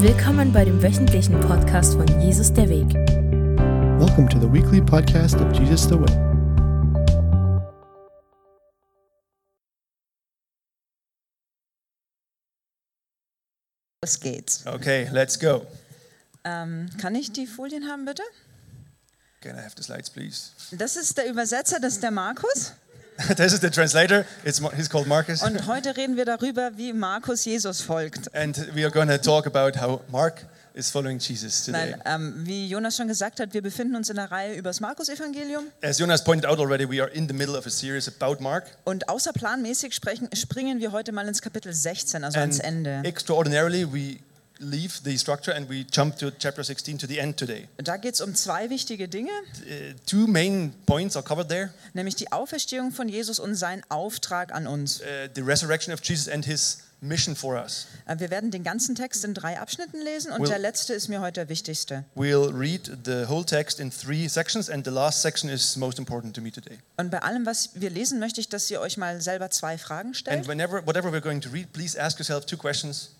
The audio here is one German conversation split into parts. Willkommen bei dem wöchentlichen Podcast von Jesus der Weg. Welcome to the weekly podcast of Jesus the Way. Los geht's. Okay, let's go. Ähm, kann ich die Folien haben, bitte? Can I have the slides, please? Das ist der Übersetzer, das ist der Markus. this is the translator. It's, Mar- he's called Marcus. Und heute reden wir darüber, wie Markus Jesus folgt. And we are going to talk about how Mark is following Jesus today. Weil, ähm, wie Jonas schon gesagt hat, wir befinden uns in der Reihe über das Markus-Evangelium As Jonas pointed out already, we are in the middle of a series about Mark. und außerplanmäßig sprechen, springen wir heute mal ins Kapitel 16, also ans And Ende. extraordinarily, we leave the structure and we jump to chapter 16 to the end today. Da geht es um zwei wichtige Dinge, Uh, two main points are covered there nämlich die Auferstehung von Jesus und sein Auftrag an uns. uh, the resurrection of Jesus and his mission for us. Äh, Wir werden den ganzen Text in drei Abschnitten lesen und Will- der letzte ist mir heute der wichtigste. We'll read the whole text in three sections, and the last section is most important to me today. Und bei allem, was wir lesen, möchte ich, dass ihr euch mal selber zwei Fragen stellt. And whenever, whatever we're going to read, please ask yourself two questions.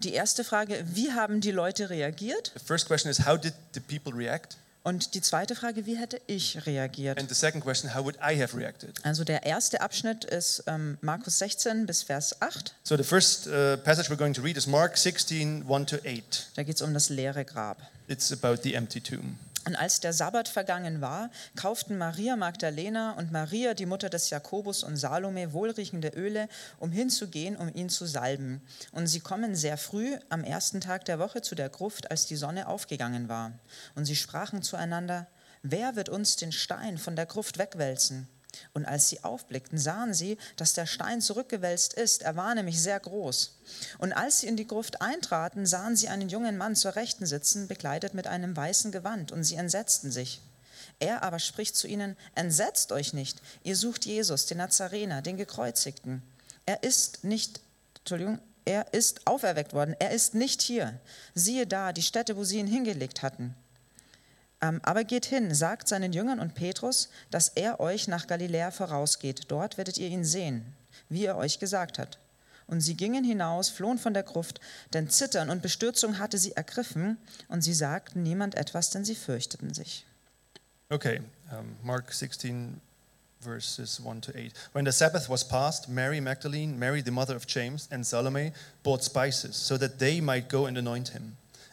Die erste Frage, wie haben die Leute reagiert? The first question is how did the people react? Und die zweite Frage, wie hätte ich reagiert? And the second question, how would I have reacted? Also der erste Abschnitt ist ähm, Markus 16 bis Vers 8. So the first uh, passage we're going to read is Mark 16, 1 to 8. Da geht es um das leere Grab. It's about the empty tomb. Und als der Sabbat vergangen war, kauften Maria Magdalena und Maria, die Mutter des Jakobus und Salome, wohlriechende Öle, um hinzugehen, um ihn zu salben. Und sie kommen sehr früh am ersten Tag der Woche zu der Gruft, als die Sonne aufgegangen war. Und sie sprachen zueinander, wer wird uns den Stein von der Gruft wegwälzen? Und als sie aufblickten, sahen sie, dass der Stein zurückgewälzt ist. Er war nämlich sehr groß. Und als sie in die Gruft eintraten, sahen sie einen jungen Mann zur Rechten sitzen, bekleidet mit einem weißen Gewand, und sie entsetzten sich. Er aber spricht zu ihnen: Entsetzt euch nicht, ihr sucht Jesus, den Nazarener, den Gekreuzigten. Er ist nicht, Entschuldigung, er ist auferweckt worden, er ist nicht hier. Siehe da, die Stätte, wo sie ihn hingelegt hatten. Ähm, aber geht hin, sagt seinen Jüngern und Petrus, dass er euch nach Galiläa vorausgeht. Dort werdet ihr ihn sehen, wie er euch gesagt hat. Und sie gingen hinaus, flohen von der Gruft, denn Zittern und Bestürzung hatte sie ergriffen, und sie sagten niemand etwas, denn sie fürchteten sich. Okay, um, Mark 16, verses 1 to 8. When the Sabbath was past, Mary Magdalene, Mary the mother of James, and Salome bought spices so that they might go and anoint him.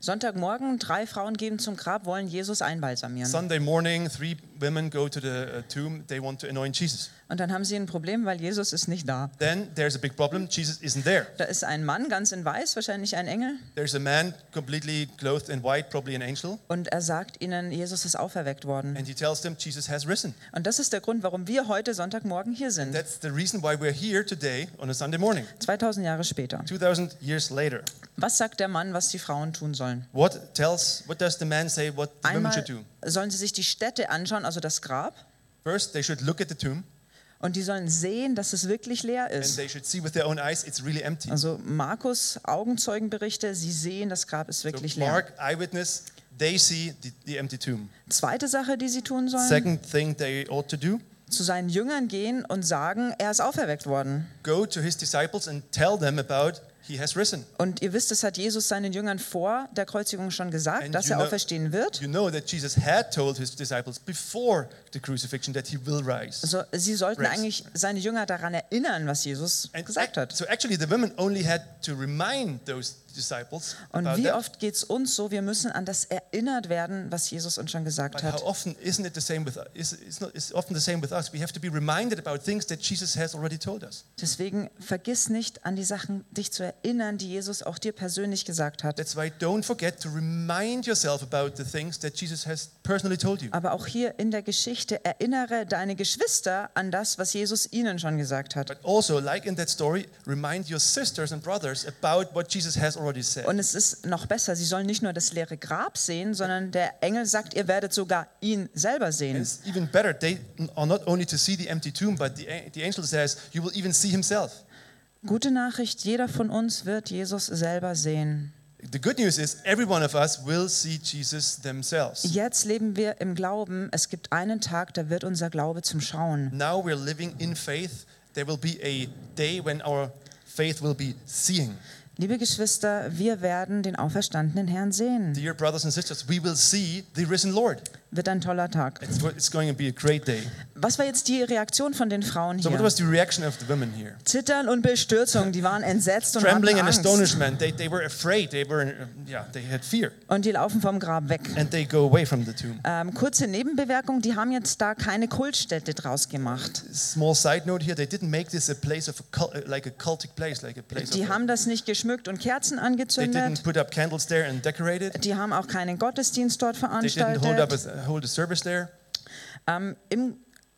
Sonntagmorgen, drei Frauen gehen zum Grab, wollen Jesus einbalsamieren. Sunday morning, three women go to the uh, tomb. They want to anoint Jesus. und dann haben sie ein Problem, weil Jesus ist nicht da. Then there's a big problem. Jesus isn't there. Da ist ein Mann, ganz in weiß, wahrscheinlich ein Engel, There's a man completely clothed in white, probably an angel, und er sagt ihnen, Jesus ist auferweckt worden. and he tells them Jesus has risen. Und das ist der Grund, warum wir heute Sonntagmorgen hier sind, That's the reason why we're here today on a Sunday morning, 2000 Jahre später. 2,000 years later. Was sagt der Mann, was die Frauen tun sollen? What tells? What does the man say? What the women Einmal should do? sollen sie sich die Stätte anschauen, also das Grab, First, they should look at the tomb, und die sollen sehen, dass es wirklich leer and ist. they should see with their own eyes it's really empty. Also Markus Augenzeugenberichte, sie sehen, das Grab ist wirklich So leer. Mark, eyewitness, they see the, the empty tomb. Zweite Sache, die sie tun sollen, Second thing they ought to do: zu seinen Jüngern gehen und sagen, er ist auferweckt worden. go to his disciples and tell them about he has risen. Und ihr wisst, das hat Jesus seinen Jüngern vor der Kreuzigung schon gesagt, And dass you er know- auferstehen wird. You know that Jesus had told his disciples before the crucifixion that he will rise. Also sie sollten Rest. eigentlich seine Jünger daran erinnern, was Jesus And gesagt act- hat. So actually, the women only had to remind those disciples Und about wie that. oft geht es uns so, wir müssen an das erinnert werden, was Jesus uns schon But gesagt how hat. often isn't it the same with us? It's, not, it's often the same with us. We have to be reminded about things that Jesus has already told us. Deswegen vergiss nicht, an die Sachen dich zu erinnern, die Jesus auch dir persönlich gesagt hat. That's why don't forget to remind yourself about the things that Jesus has personally told you. Aber auch hier in der Geschichte erinnere deine Geschwister an das, was Jesus ihnen schon gesagt hat. But also, like in that story, remind your sisters and brothers about what Jesus has already said. Und es ist noch besser, sie sollen nicht nur das leere Grab sehen, sondern der Engel sagt, ihr werdet sogar ihn selber And sehen. it's even better, they are not only to see the empty tomb, but the, a- the angel says, You will even see himself. Gute Nachricht, jeder von uns wird Jesus selber sehen. The good news is, every one of us will see Jesus themselves. Jetzt leben wir im Glauben. Es gibt einen Tag, da wird unser Glaube zum Schauen. Now we're living in faith. There will be a day when our faith will be seeing. Liebe Geschwister, wir werden den auferstandenen Herrn sehen. Dear brothers and sisters, we will see the risen Lord. Wird ein toller Tag. It's, it's going to be a great day. Was war jetzt die Reaktion von den Frauen So, what hier? was the reaction of the women here? Zittern und Bestürzung, die waren entsetzt und hatten Trembling and Angst. astonishment. They, they were afraid. They were, uh, yeah, they had fear. Und die laufen vom Grab weg. And they go away from the tomb. Ähm, kurze Nebenbewerkung, die haben jetzt da keine Kultstätte draus gemacht. Small side note here: they didn't make this a place of a cult, like a cultic place, like a place. Die of haben das nicht geschmückt und Kerzen they didn't angezündet. put up candles there and decorate it. Die haben auch keinen Gottesdienst dort They didn't hold up veranstaltet. a, uh, hold a service there. Ähm, Im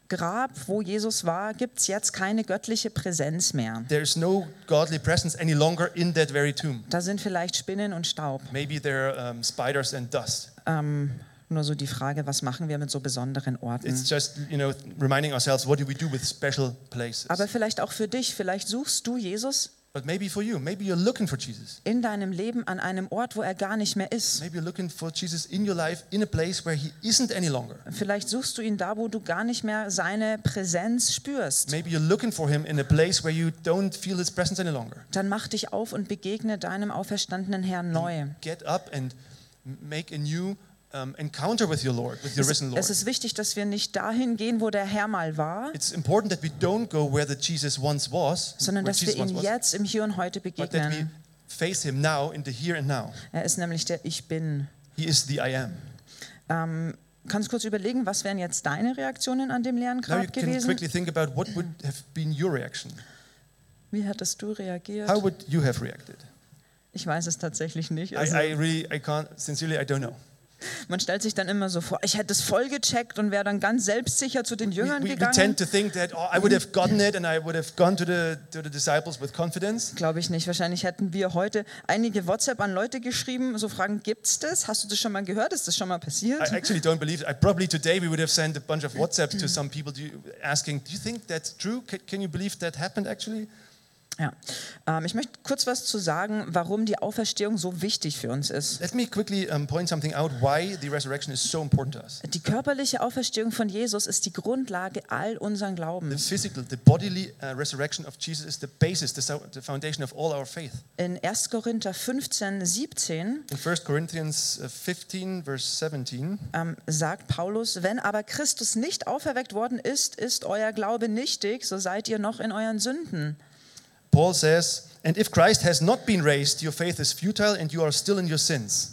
Grab, wo Jesus war, gibt es jetzt keine göttliche Präsenz mehr. There's no godly presence any longer in that very tomb. Da sind vielleicht Spinnen und Staub. Maybe there are um, spiders and dust. Ähm, nur so die Frage, was machen wir mit so besonderen It's Orten? just you know reminding ourselves what do we do with special places. Aber vielleicht auch für dich, vielleicht suchst du Jesus But maybe for you, maybe you're looking for Jesus. in deinem Leben an einem Ort, wo er gar nicht mehr ist. Maybe you're looking for Jesus in your life in a place where he isn't any longer. Vielleicht suchst du ihn da, wo du gar nicht mehr seine Präsenz spürst. Maybe you're looking for him in a place where you don't feel his presence any longer. Dann mach dich auf und begegne deinem auferstandenen Herrn neu. get up and m- make a new um, encounter with your Lord, with your Es, risen Lord. es ist wichtig, dass wir nicht dahin gehen, wo der Herr mal war, It's important that we don't go where the Jesus once was, sondern where dass wir Jesus once ihm was, jetzt im Hier und Heute but that we begegnen. face him now in the here and now. Er ist nämlich der Ich Bin. He is the I am. Ähm, kannst kurz überlegen, was wären jetzt deine Reaktionen an dem leeren Now you Grab can gewesen? quickly think about what would have been your reaction. Wie hättest du reagiert? How would you have reacted? Ich weiß es tatsächlich nicht. Also, I, I really, I can't, sincerely, I don't know. man stellt sich dann immer so vor, ich hätte es voll gecheckt und wäre dann ganz selbstsicher zu den We, Jüngern we- we gegangen. tend to think that oh, I would have gotten it and I would have gone to the, to the disciples with confidence. Glaube ich nicht. Wahrscheinlich hätten wir heute einige WhatsApp an Leute geschrieben, so fragen, gibt's das? Hast du das schon mal gehört? Ist das schon mal passiert? I actually don't believe. I probably today we would have sent a bunch of WhatsApps to some people do you, asking, "Do you think that's true? Can, can you believe that happened actually?" Ja. Ähm, ich möchte kurz was zu sagen, warum die Auferstehung so wichtig für uns ist. Let me quickly um, point something out. Why the resurrection is so important to us? Die körperliche Auferstehung von Jesus ist die Grundlage all unseren The Glaubens. physical, the bodily uh, resurrection of Jesus is the basis, the, so- the foundation of all our faith. In 1. Korinther 15, 17 In 1 Corinthians uh, 15, verse 17, ähm, sagt Paulus, wenn aber Christus nicht auferweckt worden ist, ist euer Glaube nichtig, so seid ihr noch in euren Sünden. Paul says, "And if Christ has not been raised, your faith is futile, and you are still in your sins."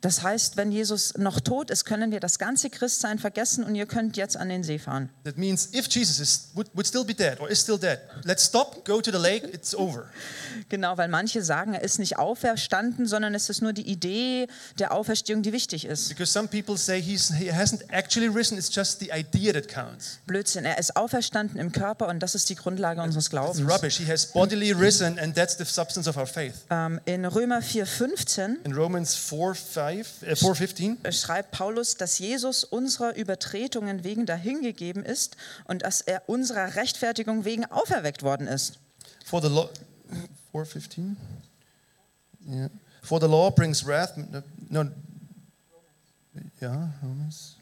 Das heißt, wenn Jesus noch tot ist, können wir das ganze Christsein vergessen und ihr könnt jetzt an den See fahren. That means if Jesus is, would, would still be dead or is still dead, let's stop, go to the lake, it's over. Genau, weil manche sagen, er ist nicht auferstanden, sondern es ist nur die Idee der Auferstehung, die wichtig ist. Because some people say he's, he hasn't actually risen, it's just the idea that counts. Blödsinn, er ist auferstanden im Körper und das ist die Grundlage unseres It's Glaubens. rubbish. He has bodily risen, and that's the substance of our faith. Ähm, in Römer 4,15 In Romans 4 5, uh, 4 15, schreibt Paulus, dass Jesus unserer Übertretungen wegen dahingegeben ist und dass er unserer Rechtfertigung wegen auferweckt worden ist. for the law. 4 15? Yeah. For the law brings wrath. No. no yeah, Romans.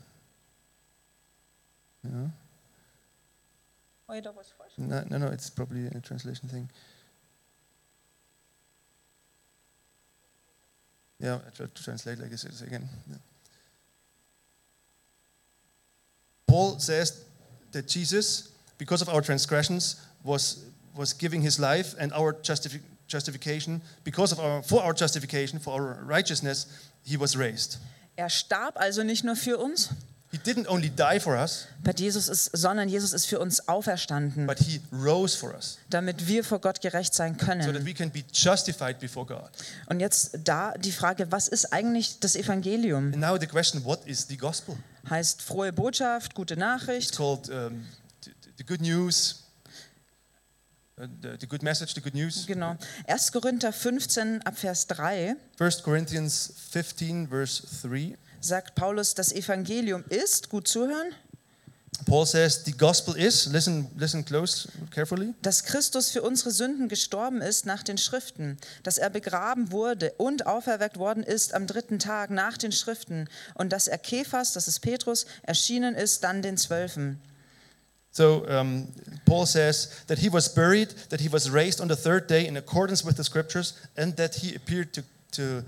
Yeah. No, no, no, it's probably a translation thing. Yeah, I tried to translate like this is again. Yeah. Paul says that Jesus, because of our transgressions, was was giving his life, and our justifi- justification, because of our, for our justification, for our righteousness, he was raised. Er starb also nicht nur für uns, He didn't only die for us, but Jesus ist, sondern Jesus ist für uns auferstanden, but he rose for us damit wir vor Gott gerecht sein so that können. we can be justified before God. Und jetzt da die Frage, was ist eigentlich das Evangelium? And now the question, what is the gospel? Heißt frohe Botschaft, gute It's Nachricht, called um, the, the good news, uh, the, the good message, the good news. genau. 1. Korinther 15 ab Vers 3 First Corinthians 15, verse 3. sagt Paulus, das Evangelium ist, gut zuhören, Paul says the gospel is listen listen close carefully dass Christus für unsere Sünden gestorben ist nach den Schriften, dass er begraben wurde und auferweckt worden ist am dritten Tag nach den Schriften und dass er Kephas, das ist Petrus, erschienen ist dann den Zwölfen. so um, Paul says that he was buried that he was raised on the third day in accordance with the scriptures and that he appeared to to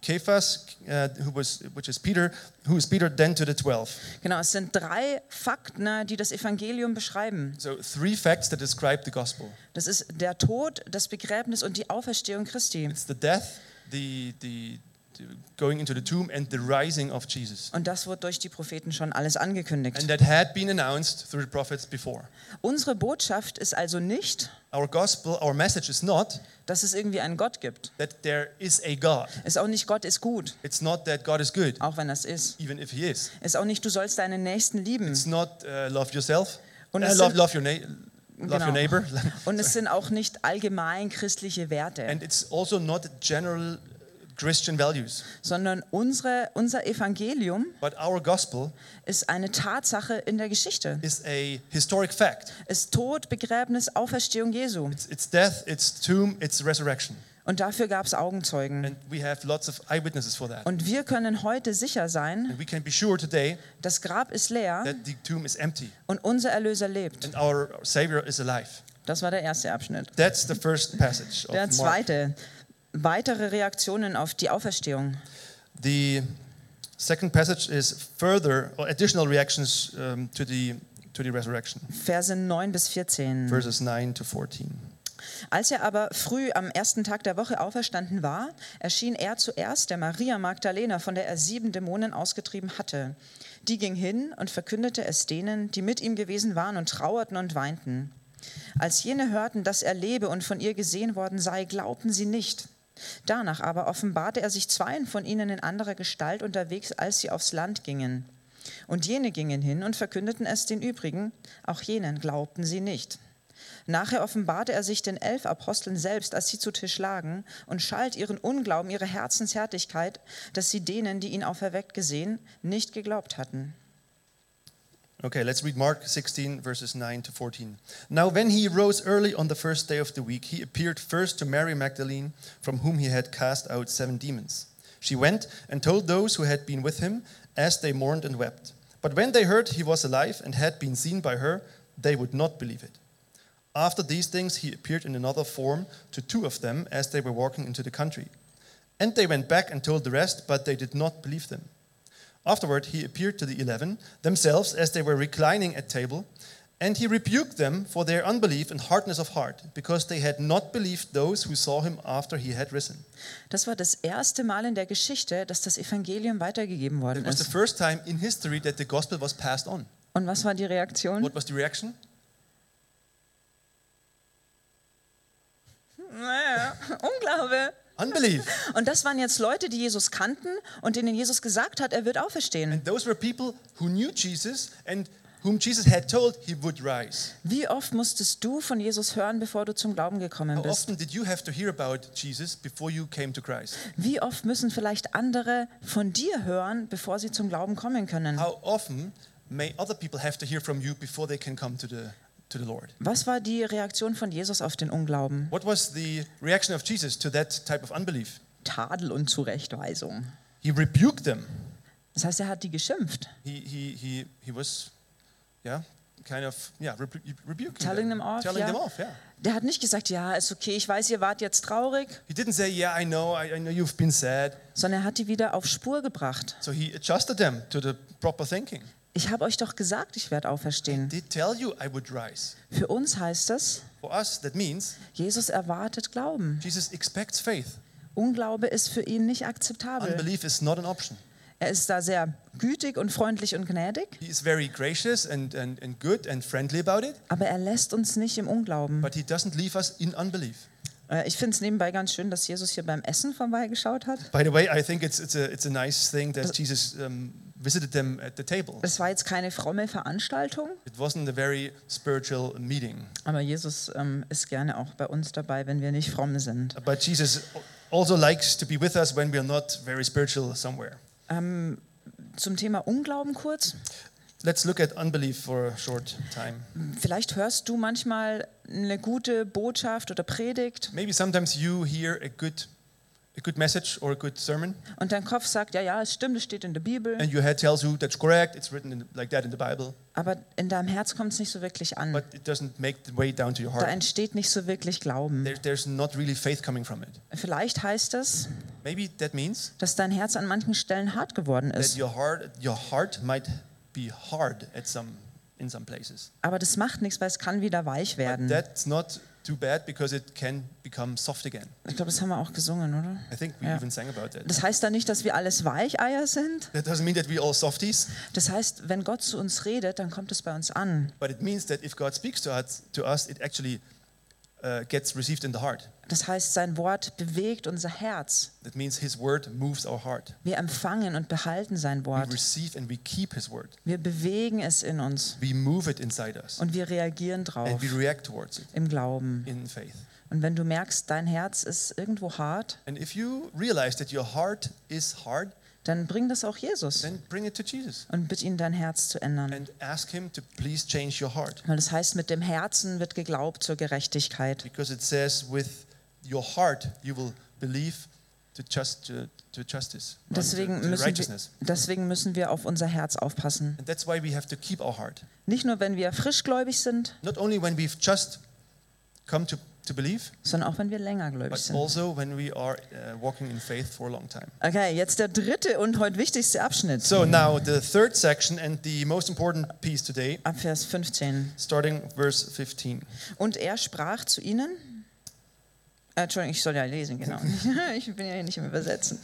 Cephas uh, who was which is Peter who is Peter then to the 12 Genau, es sind drei Fakten, ne, die das Evangelium beschreiben. so three facts that describe the gospel Das ist der Tod, das Begräbnis und die Auferstehung Christi. it's the death the the, the going into the tomb and the rising of Jesus Und das wird durch die Propheten schon alles and angekündigt. that had been announced through the prophets before Unsere Botschaft ist also nicht, our gospel our message is not dass es irgendwie einen Gott gibt. that there is a God Ist auch nicht, Gott ist gut, It's not that God is good, auch wenn das ist. even if He is. Ist auch nicht, du sollst deinen Nächsten lieben. It's not uh, love yourself. Und Uh, es love, sind- love your na- love Genau. your neighbor. Und es sind auch nicht allgemein christliche Werte, and it's also not general Christian values. sondern unsere, unser Evangelium But our gospel ist eine Tatsache in der Geschichte. is a historic fact. Ist Tod, Begräbnis, Auferstehung Jesu. It's, it's death, it's tomb, it's resurrection. Und dafür gab es Augenzeugen. And we have lots of eyewitnesses for that. Und wir können heute sicher sein, And we can be sure today das Grab ist leer that the tomb is empty und unser Erlöser lebt. and our Savior is alive. Das war der erste Abschnitt. That's the first passage Der of Mark. zweite, weitere Reaktionen auf die Auferstehung. The second passage is further or additional reactions um, to the to the resurrection, Verse 9 bis 14. verses nine to fourteen. Als er aber früh am ersten Tag der Woche auferstanden war, erschien er zuerst der Maria Magdalena, von der er sieben Dämonen ausgetrieben hatte. Die ging hin und verkündete es denen, die mit ihm gewesen waren und trauerten und weinten. Als jene hörten, dass er lebe und von ihr gesehen worden sei, glaubten sie nicht. Danach aber offenbarte er sich zweien von ihnen in anderer Gestalt unterwegs, als sie aufs Land gingen. Und jene gingen hin und verkündeten es den übrigen, auch jenen glaubten sie nicht. Nachher offenbarte er sich den elf Aposteln selbst, als sie zu Tisch lagen, und schalt ihren Unglauben, ihre Herzenshärtigkeit, dass sie denen, die ihn auferweckt gesehen, nicht geglaubt hatten. Okay, let's read Mark 16, verses 9 to 14. Now, when he rose early on the first day of the week, he appeared first to Mary Magdalene, from whom he had cast out seven demons. She went and told those who had been with him as they mourned and wept. But when they heard he was alive and had been seen by her, they would not believe it. After these things, he appeared in another form to two of them as they were walking into the country. And they went back and told the rest, but they did not believe them. Afterward, he appeared to the eleven themselves as they were reclining at table, and he rebuked them for their unbelief and hardness of heart, because they had not believed those who saw him after he had risen. Das war das erste Mal in der Geschichte, dass das Evangelium weitergegeben It worden was the ist. first time in history that the gospel was passed on. Und was war die Reaktion? What was the reaction? Naja, Unglaube. Unbelief. Und das waren jetzt Leute, die Jesus kannten und denen Jesus gesagt hat, er wird auferstehen. And those were people who knew Jesus and whom Jesus had told he would rise. Wie oft musstest du von Jesus hören, bevor du zum Glauben How gekommen bist? often did you have to hear about Jesus before you came to Christ? Wie oft müssen vielleicht andere von dir hören, bevor sie zum Glauben kommen können? How often may other people have to hear from you before they can come to the to the Lord? Was war die Reaktion von Jesus auf den Unglauben? What was the reaction of Jesus to that type of unbelief? Tadel und Zurechtweisung. He rebuked them. Das heißt, er hat die geschimpft. He, he, he, he was, yeah, kind of, yeah, rebu- rebuking Telling them off, Telling yeah. them off, yeah. Der hat nicht gesagt, ja, ist okay, ich weiß, ihr wart jetzt traurig, He didn't say, yeah, I know, I, I know you've been sad. sondern er hat die wieder auf Spur gebracht. So he adjusted them to the proper thinking. Ich habe euch doch gesagt, ich werde auferstehen. did tell you I would rise. Für uns heißt das, For us, that means Jesus erwartet Glauben. Jesus expects faith. Unglaube ist für ihn nicht akzeptabel. Unbelief is not an option. Er ist da sehr gütig und freundlich und gnädig, He is very gracious and, and, and good and friendly about it, aber er lässt uns nicht im Unglauben. but he doesn't leave us in unbelief. Äh, Ich finde es nebenbei ganz schön, dass Jesus hier beim Essen vorbeigeschaut hat. By the way, I think it's, it's, a, it's a nice thing that Jesus um, visited them at the table. Es war jetzt keine fromme Veranstaltung, It wasn't a very spiritual meeting. aber Jesus ähm, ist gerne auch bei uns dabei, wenn wir nicht fromm sind. But Jesus also likes to be with us when we are not very spiritual somewhere. Zum Thema Unglauben kurz. Let's look at unbelief for a short time. Vielleicht hörst du manchmal eine gute Botschaft oder Predigt Maybe sometimes you hear a good, a good message or a good sermon, und dein Kopf sagt, ja, ja, es stimmt, es steht in der Bibel, and your head tells you that's correct, it's written in, like that in the Bible, aber in deinem Herz kommt es nicht so wirklich an. but it doesn't make the way down to your Da heart. entsteht nicht so wirklich Glauben. There, there's not really faith coming from it. Vielleicht heißt es, Maybe that means dass dein Herz an manchen Stellen hart geworden that ist, your heart, your heart might be hard at some, in some places. aber das macht nichts, weil es kann wieder weich But werden. that's not too bad because it can become soft again. Ich glaube, das haben wir auch gesungen, oder? I think we Ja. even sang about that. Das heißt dann nicht, dass wir alles Weicheier sind. That doesn't mean that we all softies, Das heißt, wenn Gott zu uns redet, dann kommt es bei uns an. but it means that if God speaks to us, to us it actually uh, gets received in the heart. Das heißt, sein Wort bewegt unser Herz. That means His word moves our heart. Wir empfangen und behalten sein We Wort. receive and we keep His word. Wir bewegen es in uns We move it inside us und wir reagieren and drauf we react towards it im Glauben. in faith. Und wenn du merkst, dein Herz ist irgendwo hart, And if you realize that your heart is hard, dann bring das auch Jesus then bring it to Jesus und bitte ihn, dein Herz zu ändern. and ask Him to please change your heart. Weil das heißt, mit dem Herzen wird geglaubt zur Gerechtigkeit. Because it says, with your heart you will believe to, just, to, to justice, right? To- Deswegen to müssen, wir, righteousness. deswegen müssen wir auf unser Herz aufpassen. And that's why we have to keep our heart. Nicht nur, wenn wir frischgläubig sind, Not only when we've just come to, to believe, sondern auch wenn wir längergläubig but sind. also when we are uh, walking in faith for a long time. Okay, jetzt der dritte und heute wichtigste Abschnitt. So now the third section and the most important piece today, Ab Vers 15. starting verse 15. Und er sprach zu ihnen. Äh, Entschuldigung, ich soll ja lesen, genau. Ich bin ja hier nicht im Übersetzen.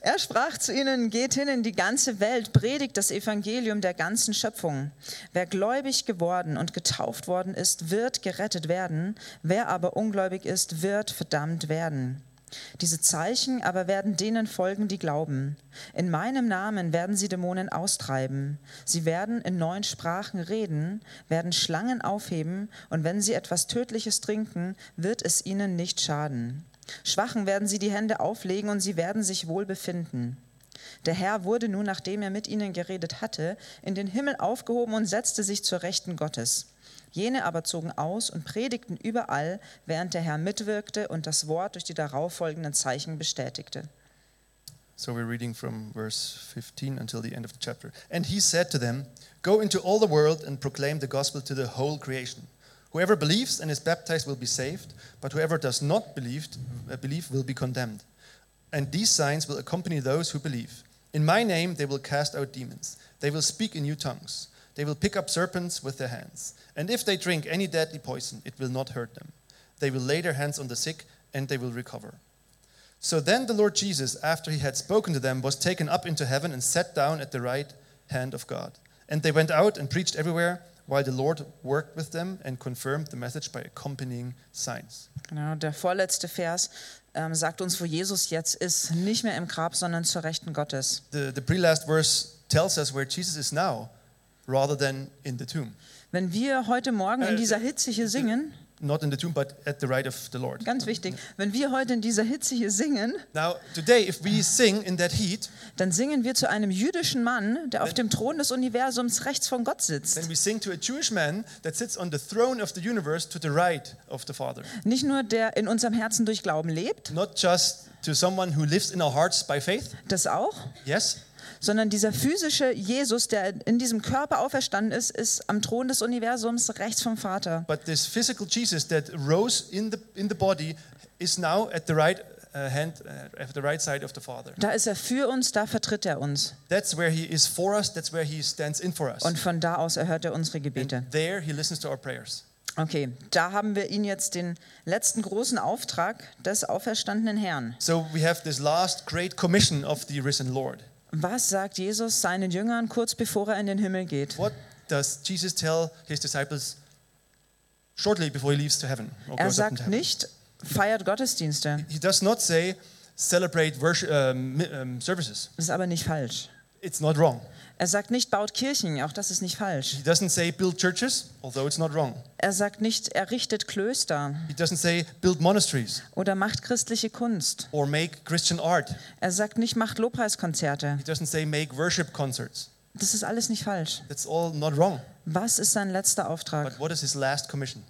Er sprach zu ihnen: Geht hin in die ganze Welt, predigt das Evangelium der ganzen Schöpfung. Wer gläubig geworden und getauft worden ist, wird gerettet werden. Wer aber ungläubig ist, wird verdammt werden. Diese Zeichen aber werden denen folgen, die glauben. In meinem Namen werden sie Dämonen austreiben. Sie werden in neuen Sprachen reden, werden Schlangen aufheben, und wenn sie etwas Tödliches trinken, wird es ihnen nicht schaden. Schwachen werden sie die Hände auflegen, und sie werden sich wohl befinden. Der Herr wurde nun, nachdem er mit ihnen geredet hatte, in den Himmel aufgehoben und setzte sich zur Rechten Gottes. Jene aber zogen aus und predigten überall, während der Herr mitwirkte und das Wort durch die darauffolgenden Zeichen bestätigte. So we're reading from verse 15 until the end of the chapter. And he said to them, Go into all the world and proclaim the gospel to the whole creation. Whoever believes and is baptized will be saved, but whoever does not believe, uh, believe will be condemned. And these signs will accompany those who believe. In my name they will cast out demons, they will speak in new tongues, they will pick up serpents with their hands. And if they drink any deadly poison, it will not hurt them. They will lay their hands on the sick, and they will recover. So then the Lord Jesus, after he had spoken to them, was taken up into heaven and sat down at the right hand of God. And they went out and preached everywhere, while the Lord worked with them and confirmed the message by accompanying signs. Genau, der vorletzte Vers ähm, sagt uns, wo Jesus jetzt ist, nicht mehr im Grab, sondern zur Rechten Gottes. The, the pre last verse tells us where Jesus is now rather than in the tomb. Wenn wir heute Morgen in dieser Hitze hier singen, Not in the tomb, but at the right of the Lord. ganz wichtig, wenn wir heute in dieser Hitze hier singen, Now, today, if we sing in that heat, dann singen wir zu einem jüdischen Mann, der auf dem Thron des Universums rechts von Gott sitzt. then we sing to a Jewish man that sits on the throne of the universe to the right of the Father. Nicht nur der in unserem Herzen durch Glauben lebt, Not just to someone who lives in our hearts by faith, das auch, yes, sondern dieser physische Jesus, der in diesem Körper auferstanden ist, ist am Thron des Universums rechts vom Vater. But this physical Jesus that rose in the in the body is now at the right uh, hand uh, at the right side of the Father. Da ist er für uns, da vertritt er uns. That's where He is for us. That's where He stands in for us. Und von da aus erhört er unsere And Gebete. there He listens to our prayers. Okay, da haben wir ihn jetzt den letzten großen Auftrag des auferstandenen Herrn. So we have this last great commission of the risen Lord. Was sagt Jesus seinen Jüngern kurz bevor er in den Himmel geht? What does Jesus tell His disciples shortly before He leaves to heaven? Or Er goes up into sagt heaven? nicht, feiert Gottesdienste. He does not say celebrate worship, um, mi- um, services. Ist aber nicht falsch. It's not wrong. Er sagt nicht, baut Kirchen. Auch das ist nicht falsch. He doesn't say build churches, although it's not wrong. Er sagt nicht, errichtet Klöster He doesn't say build monasteries oder macht christliche Kunst. or make Christian art. Er sagt nicht, macht Lobpreiskonzerte. He doesn't say make worship concerts. Das ist alles nicht falsch. That's all not wrong. Was ist sein letzter But Auftrag? what is his last commission?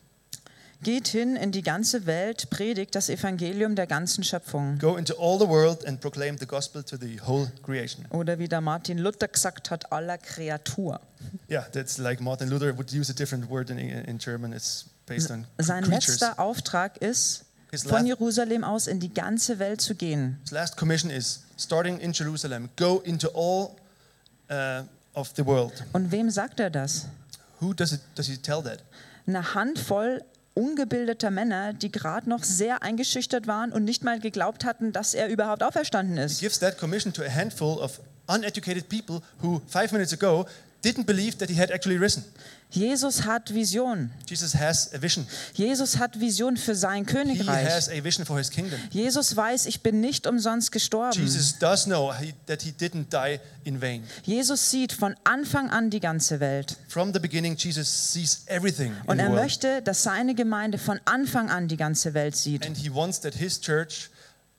Geht hin in die ganze Welt, predigt das Evangelium der ganzen Schöpfung. Go into all the world and proclaim the gospel to the whole creation. Oder wie der Martin Luther gesagt hat, aller Kreatur. Yeah, that's like Martin Luther would use a different word in, in German. It's based on Sein creatures. letzter Auftrag ist, His von last- Jerusalem aus in die ganze Welt zu gehen. His last commission is starting in Jerusalem. Go into all uh, of the world. Und wem sagt er das? Who does it? Does he tell that? Eine Handvoll ungebildeter Männer, die gerade noch sehr eingeschüchtert waren und nicht mal geglaubt hatten, dass er überhaupt auferstanden He ist. gives that commission to a handful of uneducated people who five minutes ago didn't believe that he had actually risen. Jesus hat Vision. Jesus has a vision. Jesus hat Vision für sein He Königreich. has a vision for his kingdom. Um. Jesus weiß, ich bin nicht umsonst gestorben. Jesus does know he, that he didn't die in vain. Jesus sieht von Anfang an die ganze Welt. From the beginning, Jesus sees everything in Und the er world, möchte, dass seine Gemeinde von Anfang an die ganze Welt sieht. and he wants that his church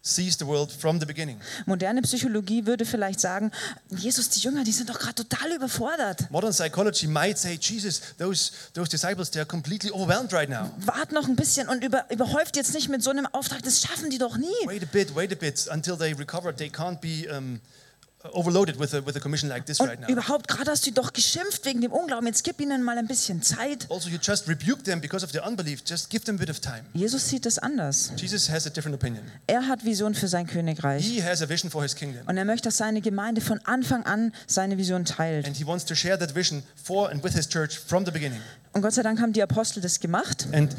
sees the world from the beginning. Moderne Psychologie würde vielleicht sagen, Jesus, die Jünger, die sind doch gerade total überfordert. Modern psychology might say, Jesus, those those disciples, they are completely overwhelmed right now. Wart noch ein bisschen und über, überhäuft jetzt nicht mit so einem Auftrag, das schaffen die doch nie. Wait a bit, wait a bit, until they recover. They can't be um, overloaded with a, with a commission like this right Und now. überhaupt, gerade hast du doch geschimpft wegen dem Unglauben, jetzt gib ihnen mal ein bisschen Zeit. Also, you just rebuke them because of their unbelief. Just give them a bit of time. Jesus sieht es anders. Jesus has a different opinion. Er hat Vision für sein Königreich. He has a vision for his kingdom, Und er möchte, dass seine Gemeinde von Anfang an seine Vision teilt. and he wants to share that vision for and with his church from the beginning. Und Gott sei Dank haben die Apostel das gemacht. And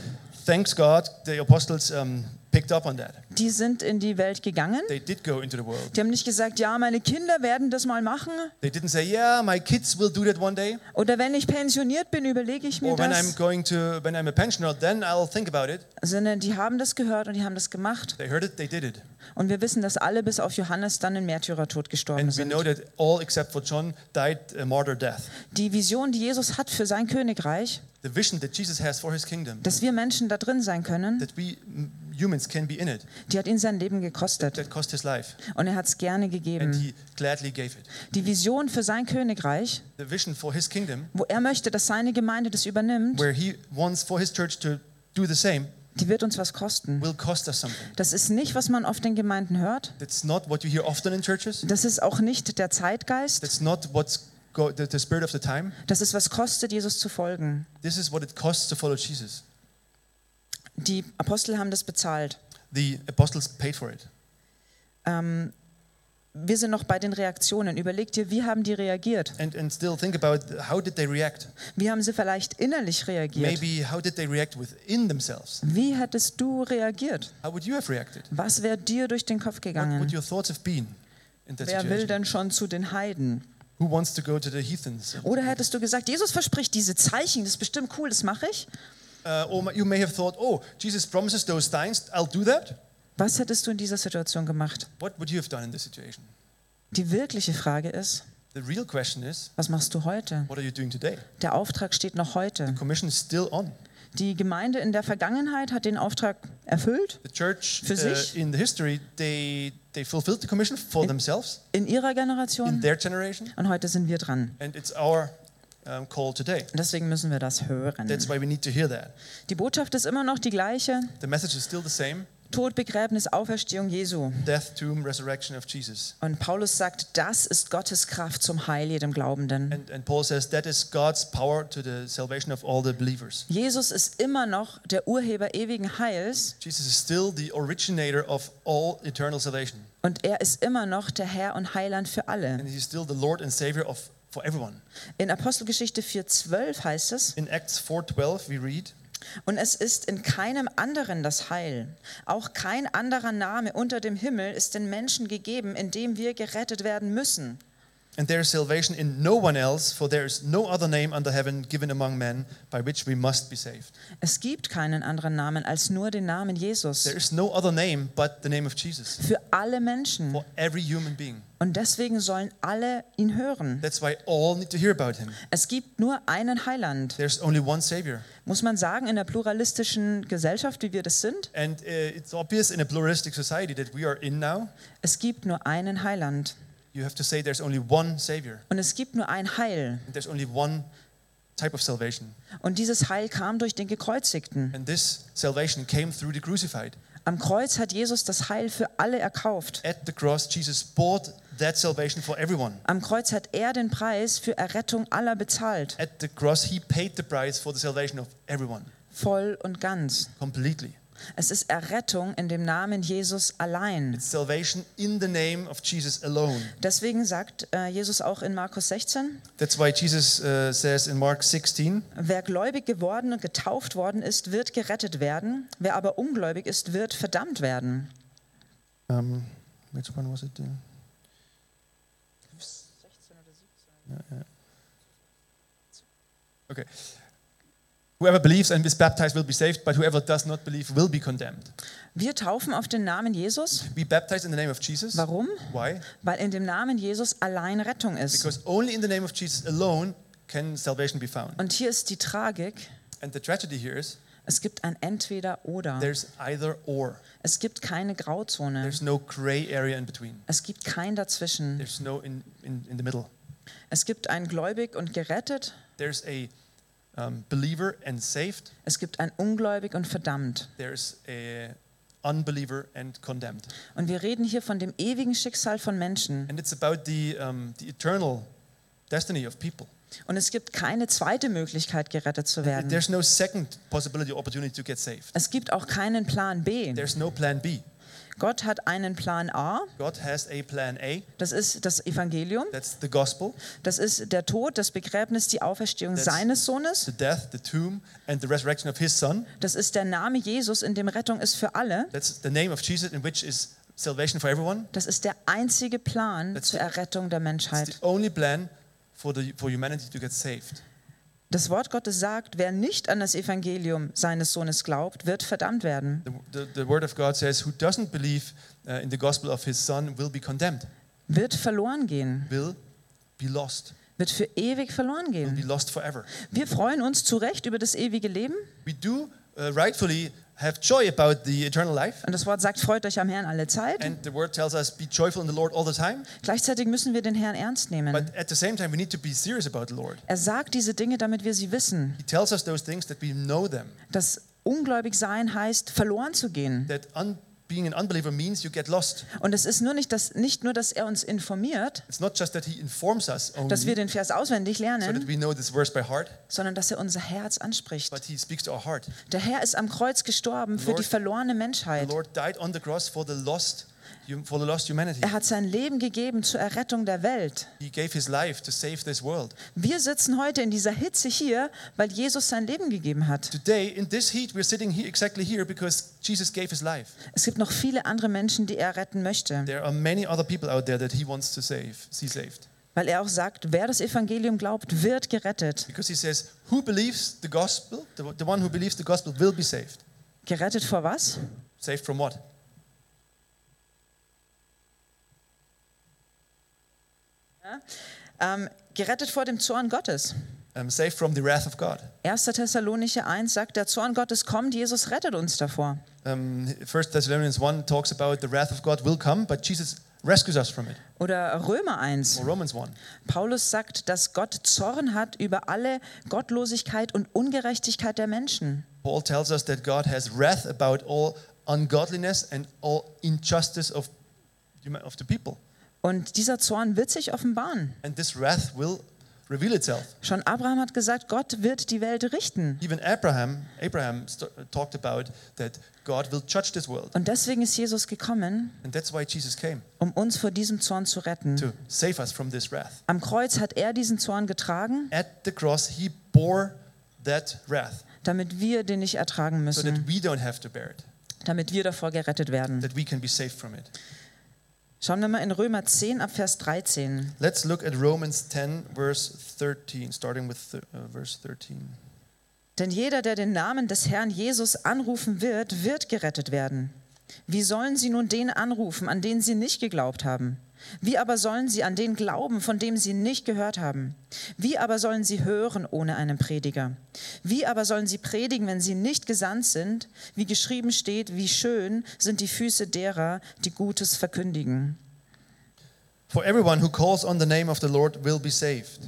thanks God, the apostles um, picked up on that. Die sind in die Welt gegangen. They did go into the world. Die haben nicht gesagt, ja, meine Kinder werden das mal machen. They didn't say, "Yeah, my kids will do that one day," Oder wenn ich pensioniert bin, überlege ich mir or "When I'm das. going to, when I'm a pensioner, then I'll think about it." Sondern die haben das gehört und die haben das gemacht. They heard it, they did it, Und wir wissen, dass alle bis auf Johannes dann in Märtyrertod gestorben and we sind. know that all except for John died a martyr death. Die Vision, die Jesus hat für sein Königreich, The vision that Jesus has for His kingdom, dass wir Menschen da drin sein können, that we m- humans can be in it, die hat ihn sein Leben gekostet. that cost His life, Und er hat es gerne and gegeben. He gladly gave it. Die Vision für sein Königreich, The vision for His kingdom, wo er möchte, dass seine Gemeinde das übernimmt, where He wants for His church to do the same, die wird uns was kosten. will cost us something. Das ist nicht, was man oft in Gemeinden hört. That's not what you hear often in churches. Das ist auch nicht der Zeitgeist. That's not what's go- the, the spirit of the time. Das ist, was kostet, Jesus zu folgen. This is what it costs to follow Jesus. Die Apostel haben das bezahlt. The apostles paid for it. Wir sind noch bei den Reaktionen. Überleg dir, wie haben die reagiert? And, and still think about how did they react? Wie haben sie vielleicht innerlich reagiert? Maybe how did they react within themselves? Wie hättest du reagiert? How would you have reacted? Was wäre dir durch den Kopf What would gegangen? your thoughts have been in that Wer will situation? denn schon zu den Heiden? Who wants to go to the heathens? Oder hättest du gesagt, Jesus verspricht diese Zeichen, das ist bestimmt cool, das mache ich? Uh, or you may have thought, oh, Jesus promises those signs, I'll do that. Was hättest du in dieser Situation gemacht? What would you have done in this situation? Die wirkliche Frage ist, The real question is, was machst du heute? what are you doing today? Der Auftrag steht noch heute. Commission is still on. Die Gemeinde in der Vergangenheit hat den Auftrag erfüllt, The church Für uh, sich? in the history, they, they fulfilled the commission for themselves in ihrer in Generation. their generation, Und heute sind wir dran. and it's our um, call today. Und Deswegen müssen wir das hören. That's why we need to hear that. Die Botschaft ist immer noch die gleiche. The message is still the same. Tod, Begräbnis, Auferstehung Jesu. death, tomb, resurrection of Jesus. Und Paulus sagt, das ist Gottes Kraft zum Heil jedem Glaubenden. And, and Paul says that is God's power to the salvation of all the believers. Jesus ist immer noch der Urheber ewigen Heils Jesus is still the originator of all eternal salvation, und er ist immer noch der Herr und Heiland für alle. and he's still the Lord and Savior of for everyone. In Apostelgeschichte 4,12 heißt es, In Acts 4:12 we read, Und es ist in keinem anderen das Heil. Auch kein anderer Name unter dem Himmel ist den Menschen gegeben, in dem wir gerettet werden müssen. "And there is salvation in no one else, for there is no other name under heaven given among men by which we must be saved." Es gibt keinen anderen Namen als nur den Namen Jesus. There is no other name but the name of Jesus Für alle Menschen. for every human being. Und deswegen sollen alle ihn hören. That's why all need to hear about him. Es gibt nur einen Heiland. There's only one Savior. Muss man sagen, in der pluralistischen Gesellschaft, wie wir das sind, And uh, it's obvious in a pluralistic society that we are in now, es gibt nur einen Heiland. you have to say there's only one Savior. Und es gibt nur ein Heil. And there's only one type of salvation. Und dieses Heil kam durch den Gekreuzigten. And this salvation came through the crucified. Am Kreuz hat Jesus das Heil für alle erkauft. At the cross, Jesus bought that salvation for everyone. Am Kreuz hat er den Preis für Errettung aller bezahlt, At the cross, he paid the price for the salvation of everyone voll und ganz. completely. Es ist Errettung in dem Namen Jesus allein. It's salvation in the name of Jesus alone. Deswegen sagt äh, Jesus auch in Markus 16, That's why Jesus uh, says in Mark 16, wer gläubig geworden und getauft worden ist, wird gerettet werden, wer aber ungläubig ist, wird verdammt werden. Um, which one was it? Uh, Yeah, yeah. Okay. Whoever believes and is baptized will be saved, but whoever does not believe will be condemned. Wir taufen auf den Namen Jesus. Be baptized in the name of Jesus. Warum? Why? Weil in dem Namen Jesus allein Rettung ist. Because only in the name of Jesus alone can salvation be found. Und hier ist die Tragik, And the tragedy here is es gibt ein Entweder-Oder. there's either or. Es gibt keine Grauzone. There's no gray area in between. Es gibt kein Dazwischen. There's no in, in, in the middle. Es gibt ein gläubig und gerettet, There's a um, believer and saved. es gibt ein ungläubig und verdammt. There's a unbeliever and condemned. Und wir reden hier von dem ewigen Schicksal von Menschen. And it's about the, um, the eternal destiny of people. Und es gibt keine zweite Möglichkeit, gerettet zu werden. There's no second possibility or opportunity to get saved. Es gibt auch keinen Plan B. There's no plan B. Gott hat einen Plan A, God has a plan A. das ist das Evangelium, That's the gospel, das ist der Tod, das Begräbnis, die Auferstehung seines Sohnes, the death, the tomb, and the resurrection of his son. das ist der Name Jesus, in dem Rettung ist für alle. That's the name of Jesus, in which is salvation for everyone. Das ist der einzige Plan zur Errettung der It's Menschheit. the only plan for, the, for humanity to get saved. Das Wort Gottes sagt, wer nicht an das Evangelium seines Sohnes glaubt, wird verdammt werden. The, the, the word of God says, Who doesn't believe uh, in the gospel of his son will be condemned, wird verloren gehen, will be lost, wird für ewig verloren will be gehen. lost forever. Wir freuen uns zu Recht über das ewige Leben. We do uh, rightfully have joy about the eternal life, Und das Wort sagt, freut euch am Herrn alle Zeit. and the word tells us, Be joyful in the Lord all the time. Gleichzeitig müssen wir den Herrn ernst nehmen. But at the same time, we need to be serious about the Lord. Er sagt diese Dinge, damit wir sie wissen. He tells us those things that we know them, Dass ungläubig sein heißt, verloren zu gehen. that un- being an unbeliever means you get lost. Und es ist nur nicht, dass, nicht nur, dass er uns informiert, It's not just that he informs us only dass wir den Vers auswendig so that lernen, we know this verse by heart, sondern dass er unser Herz anspricht. but he speaks to our heart. Der Herr ist am Kreuz gestorben für die verlorene The Menschheit. Lord died on the cross for the lost, hum- for the lost humanity. Er hat sein Leben gegeben zur Errettung der Welt. He gave his life to save this world. Wir sitzen heute in dieser Hitze hier, weil Jesus sein Leben gegeben hat. Today, in this heat, we're sitting here exactly here because Jesus gave his life. Es gibt noch viele andere Menschen, die er retten möchte, There are many other people out there that he wants to save, see saved. weil er auch sagt, wer das Evangelium glaubt, wird gerettet. Because he says, Who believes the gospel? The, the one who believes the gospel will be saved. Gerettet vor was? Saved from what? Ähm, gerettet vor dem Zorn Gottes. Um, saved from the wrath of God. 1. Thessalonicher 1 sagt, der Zorn Gottes kommt, Jesus rettet uns davor. Um, 1 Thessalonians 1 talks about the wrath of God will come, but Jesus rescues us from it. Oder Römer 1. Or Romans 1. Paulus sagt, dass Gott Zorn hat über alle Gottlosigkeit und Ungerechtigkeit der Menschen. Paul tells us that God has wrath about all ungodliness and all injustice of, huma- of the people. Und dieser Zorn wird sich offenbaren. And this wrath will reveal itself. Schon Abraham hat gesagt, Gott wird die Welt richten. Even Abraham, Abraham st- talked about that God will judge this world. Und deswegen ist Jesus gekommen, And that's why Jesus came um uns vor diesem Zorn zu retten. to save us from this wrath. Am Kreuz hat er diesen Zorn getragen, At the cross, he bore that wrath damit wir den nicht ertragen so that müssen, we don't have to bear it, damit wir davor gerettet werden. that we can be saved from it. Schauen wir mal in Römer 10 ab Vers 13. Let's look at Romans 10, verse 13, starting with th- uh, verse 13. Denn jeder, der den Namen des Herrn Jesus anrufen wird, wird gerettet werden. Wie sollen sie nun den anrufen, an den sie nicht geglaubt haben? Wie aber sollen sie an den glauben, von dem sie nicht gehört haben? Wie aber sollen sie hören ohne einen Prediger? Wie aber sollen sie predigen, wenn sie nicht gesandt sind? Wie geschrieben steht, wie schön sind die Füße derer, die Gutes verkündigen. For everyone who calls on the name of the Lord will be saved.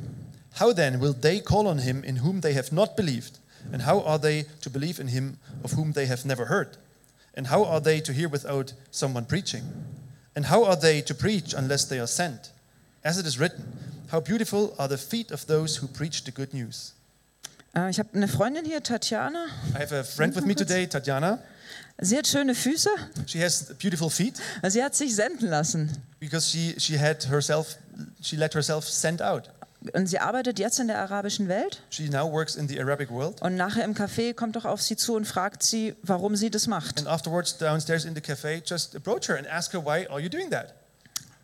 How then will they call on him in whom they have not believed? And how are they to believe in him of whom they have never heard? And how are they to hear without someone preaching? And how are they to preach unless they are sent? As it is written, How beautiful are the feet of those who preach the good news. Äh, Ich habe eine Freundin hier, Tatjana. I have a friend with me today, Tatjana. Sie hat schöne Füße. She has beautiful feet Sie hat sich senden lassen. because she, she had herself she let herself sent out. Und sie arbeitet jetzt in der arabischen Welt. She now works in the Arabic world. Und nachher im Café kommt doch auf sie zu und fragt sie, warum sie das macht. And afterwards, downstairs in the cafe, just approach her and ask her, why are you doing that?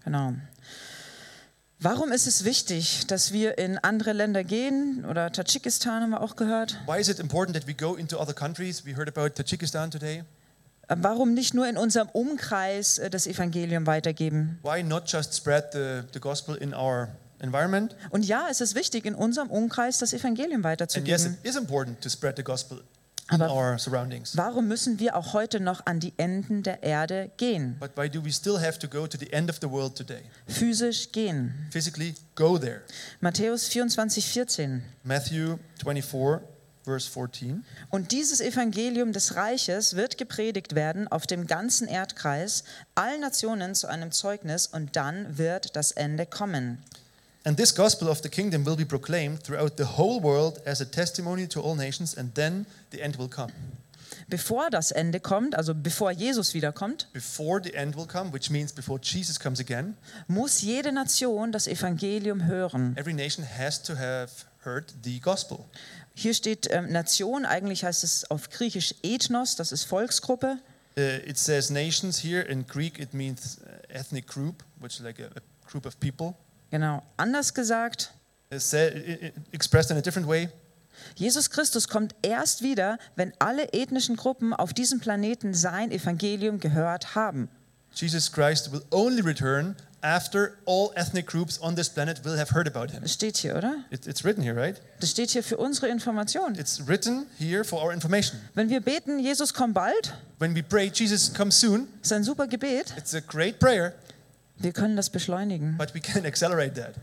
Genau. Warum ist es wichtig, dass wir in andere Länder gehen? Oder Tadschikistan haben wir auch gehört. Why is it important that we go into other countries? We heard about Tajikistan today. Warum nicht nur in unserem Umkreis äh, das Evangelium weitergeben? Why not just spread the, the gospel in our environment? Und ja, es ist wichtig, in unserem Umkreis das Evangelium And yes, it weiterzugeben. is important to spread the gospel in Aber- our surroundings. Warum müssen wir auch heute noch an die Enden der Erde gehen? But why do we still have to go to the end of the world today? Physisch gehen. Physically, go there. Matthäus 24, 14. Matthew 24, verse 14. Und dieses Evangelium des Reiches wird gepredigt werden auf dem ganzen Erdkreis, allen Nationen zu einem Zeugnis und dann wird das Ende kommen. And this gospel of the kingdom will be proclaimed throughout the whole world as a testimony to all nations, and then the end will come. Bevor das Ende kommt, also bevor Jesus wiederkommt, before the end will come, which means before Jesus comes again, muss jede Nation das Evangelium hören. every nation has to have heard the gospel. Hier steht ähm, Nation, eigentlich heißt es auf Griechisch Ethnos, das ist Volksgruppe. Uh, it says nations here in Greek. It means uh, ethnic group, which is like a, a group of people. Genau, anders gesagt, It's sa- i- i- expressed in a different way. Jesus Christus kommt erst wieder, wenn alle ethnischen Gruppen auf diesem Planeten sein Evangelium gehört haben. Jesus Christ will only return after all ethnic groups on this planet will have heard about him. Das steht hier, oder? It, it's written here, right? Das steht hier für unsere Information. It's written here for our information. Wenn wir beten, Jesus komm bald, When we pray, Jesus, come soon, ist ein super Gebet. it's a great prayer, Wir können das beschleunigen. but we can accelerate that.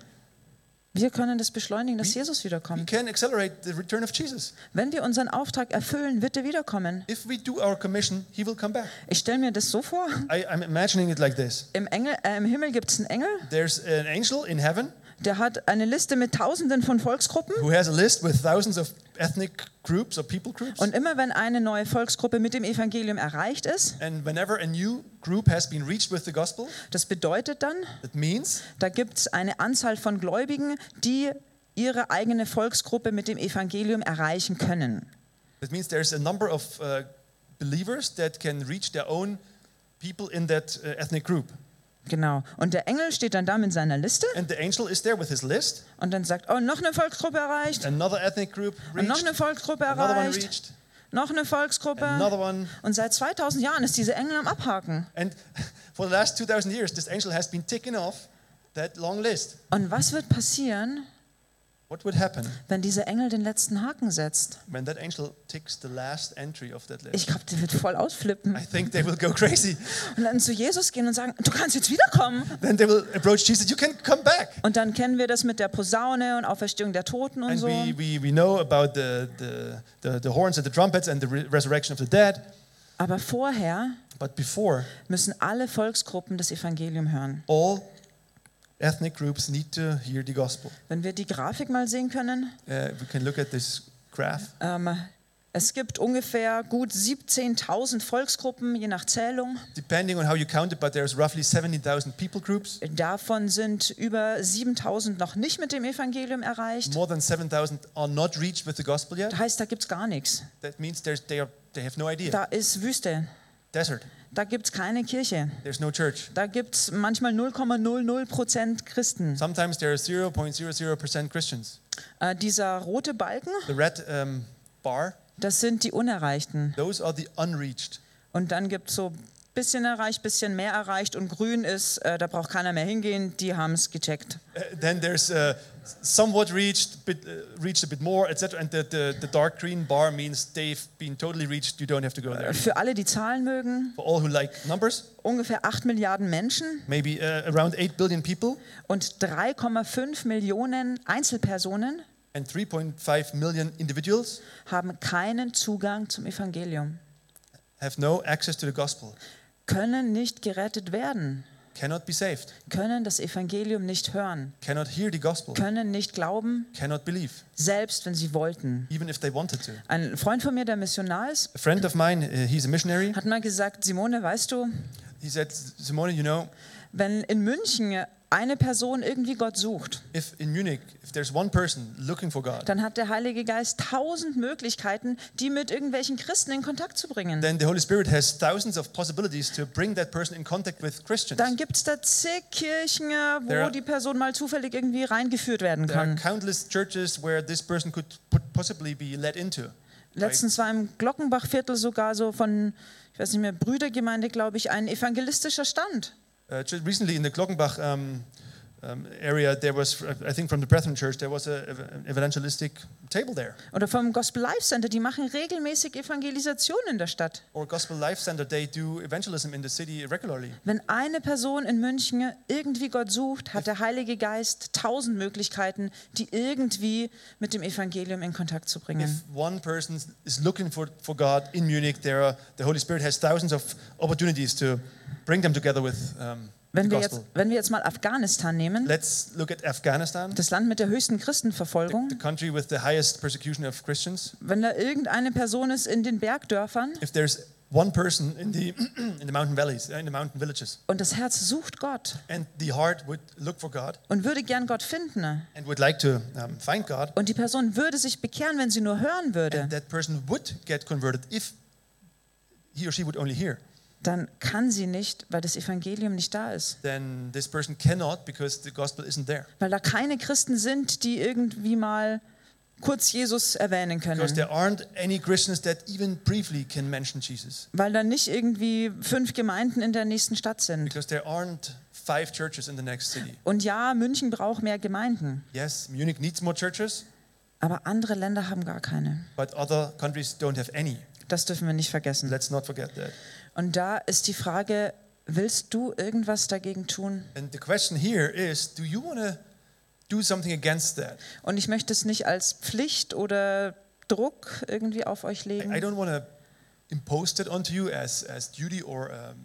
Wir können das beschleunigen, dass Wie? Jesus We wiederkommt. can accelerate the return of Jesus. Wenn wir unseren Auftrag erfüllen, wird er wiederkommen. If we do our commission, he will come back. Ich stelle mir das so vor. I, I'm imagining it like this. Im, Engel, äh, im Himmel gibt es einen Engel, There's an angel in heaven der hat eine Liste mit Tausenden von Volksgruppen. who has a list with thousands of ethnic groups or people groups. Und immer wenn eine neue Volksgruppe mit dem Evangelium erreicht ist, And whenever a new group has been reached with the gospel, das bedeutet dann, that means da gibt es eine Anzahl von Gläubigen, die ihre eigene Volksgruppe mit dem Evangelium erreichen können. that means there's a number of uh, believers that can reach their own people in that uh, ethnic group. Genau. Und der Engel steht dann da mit seiner Liste And the angel is there with his list. und dann sagt, oh, noch eine Volksgruppe erreicht, Another ethnic group und noch reached. eine Volksgruppe Another one erreicht, reached. noch eine Another Volksgruppe. one. Und seit 2000 Jahren ist dieser Engel am Abhaken. And for the last 2,000 years, this angel has been ticking off that long list. Und was wird passieren, What would happen wenn dieser Engel den letzten Haken setzt? when that angel ticks the last entry of that Ich list? glaube, der wird voll ausflippen. I think they will go crazy. Und dann zu Jesus gehen und sagen, du kannst jetzt wiederkommen. Then they will approach Jesus. You can come back. Und dann kennen wir das mit der Posaune und Auferstehung der Toten und And so. we, we, we know about the, the, the, the horns and the trumpets and the re- resurrection of the dead. Aber vorher But before, müssen alle Volksgruppen das Evangelium hören. all ethnic groups need to hear the gospel. Wenn wir die Grafik mal sehen können, Uh, we can look at this graph. ähm, es gibt ungefähr gut 17.000 Volksgruppen, je nach Zählung. Depending on how you count it, but there's roughly 70,000 people groups. Davon sind über 7.000 noch nicht mit dem Evangelium erreicht. More than 7,000 are not reached with the gospel yet. Das heißt, da gibt es gar nichts. That means there's, they, are, they have no idea. Da ist Wüste. Desert. Da gibt es keine Kirche. There's no church. Da gibt es manchmal 0,00 Prozent Christen. Sometimes there are 0.00% Christians. Äh, dieser rote Balken, The red um, bar, das sind die Unerreichten. those are the unreached. Und dann gibt es so bisschen erreicht, bisschen mehr erreicht und grün ist, äh, da braucht keiner mehr hingehen, die haben es gecheckt. Uh, then there's uh, somewhat reached, bit, uh, reached a bit more, etc. And the, the, the dark green bar means they've been totally reached. You don't have to go there. Für alle, die Zahlen mögen, For all who like numbers, ungefähr 8 Milliarden Menschen maybe uh, around 8 billion people und 3,5 Millionen Einzelpersonen and 3.5 million individuals haben keinen Zugang zum Evangelium, have no access to the gospel, können nicht gerettet werden, cannot be saved, können das Evangelium nicht hören, cannot hear the gospel, können nicht glauben, cannot believe, selbst wenn sie wollten. even if they wanted to. Ein Freund von mir, der Missionar ist, A friend of mine, uh, he's a missionary, hat mal gesagt, Simone, weißt du, he said, Simone, you know, wenn in München eine Person irgendwie Gott sucht, if in Munich, if there's one person looking for God, dann hat der Heilige Geist tausend Möglichkeiten, die mit irgendwelchen Christen in Kontakt zu bringen. then the Holy Spirit has thousands of possibilities to bring that person in contact with Christians. Dann gibt es da zig Kirchen, äh, There wo are- die Person mal zufällig irgendwie reingeführt werden There are kann. countless churches where this person could po- possibly be led into. Letztens war im Glockenbachviertel sogar so von, ich weiß nicht mehr, Brüdergemeinde, glaube ich, ein evangelistischer Stand. Uh, ju- recently in the Glockenbach um, um, area, there was, uh, I think from the Brethren Church, there was a, ev- an evangelistic table there. Oder vom Gospel Life Center, die machen regelmäßig Evangelisation in der Stadt. Or Gospel Life Center, they do evangelism in the city regularly. Wenn eine Person in München irgendwie Gott sucht, hat der Heilige Geist tausend Möglichkeiten, die irgendwie mit dem Evangelium in Kontakt zu bringen. If one person is looking for, for God in Munich, there are, the Holy Spirit has thousands of opportunities to bring them together with um, the Wenn wir, jetzt, gospel. wenn wir jetzt mal Afghanistan nehmen, Let's look at Afghanistan, das Land mit der höchsten the, Christenverfolgung, the country with the highest persecution of Christians. wenn da irgendeine Person ist in den Bergdörfern If there's one person in the in the mountain valleys, uh, in the mountain villages, und das Herz sucht Gott and the heart would look for God und würde gern Gott finden and would like to um, find God, und die Person würde sich bekehren, wenn sie nur hören würde, and that person would get converted if he or she would only hear. dann kann sie nicht, weil das Evangelium nicht da ist. Then this person cannot because the gospel isn't there. Weil da keine Christen sind, die irgendwie mal kurz Jesus erwähnen Because können. there aren't any Christians that even briefly can mention Jesus. Weil da nicht irgendwie fünf Gemeinden in der nächsten Stadt sind. Because there aren't five churches in the next city. Und ja, München braucht mehr Gemeinden, Yes, Munich needs more churches, aber andere Länder haben gar keine. but other countries don't have any. Das dürfen wir nicht vergessen. Let's not forget that. Und da ist die Frage, willst du irgendwas dagegen tun? And the question here is do you want to do something against that? Und ich möchte es nicht als Pflicht oder Druck irgendwie auf euch I, I legen. don't want to impose that onto you as, as duty or um,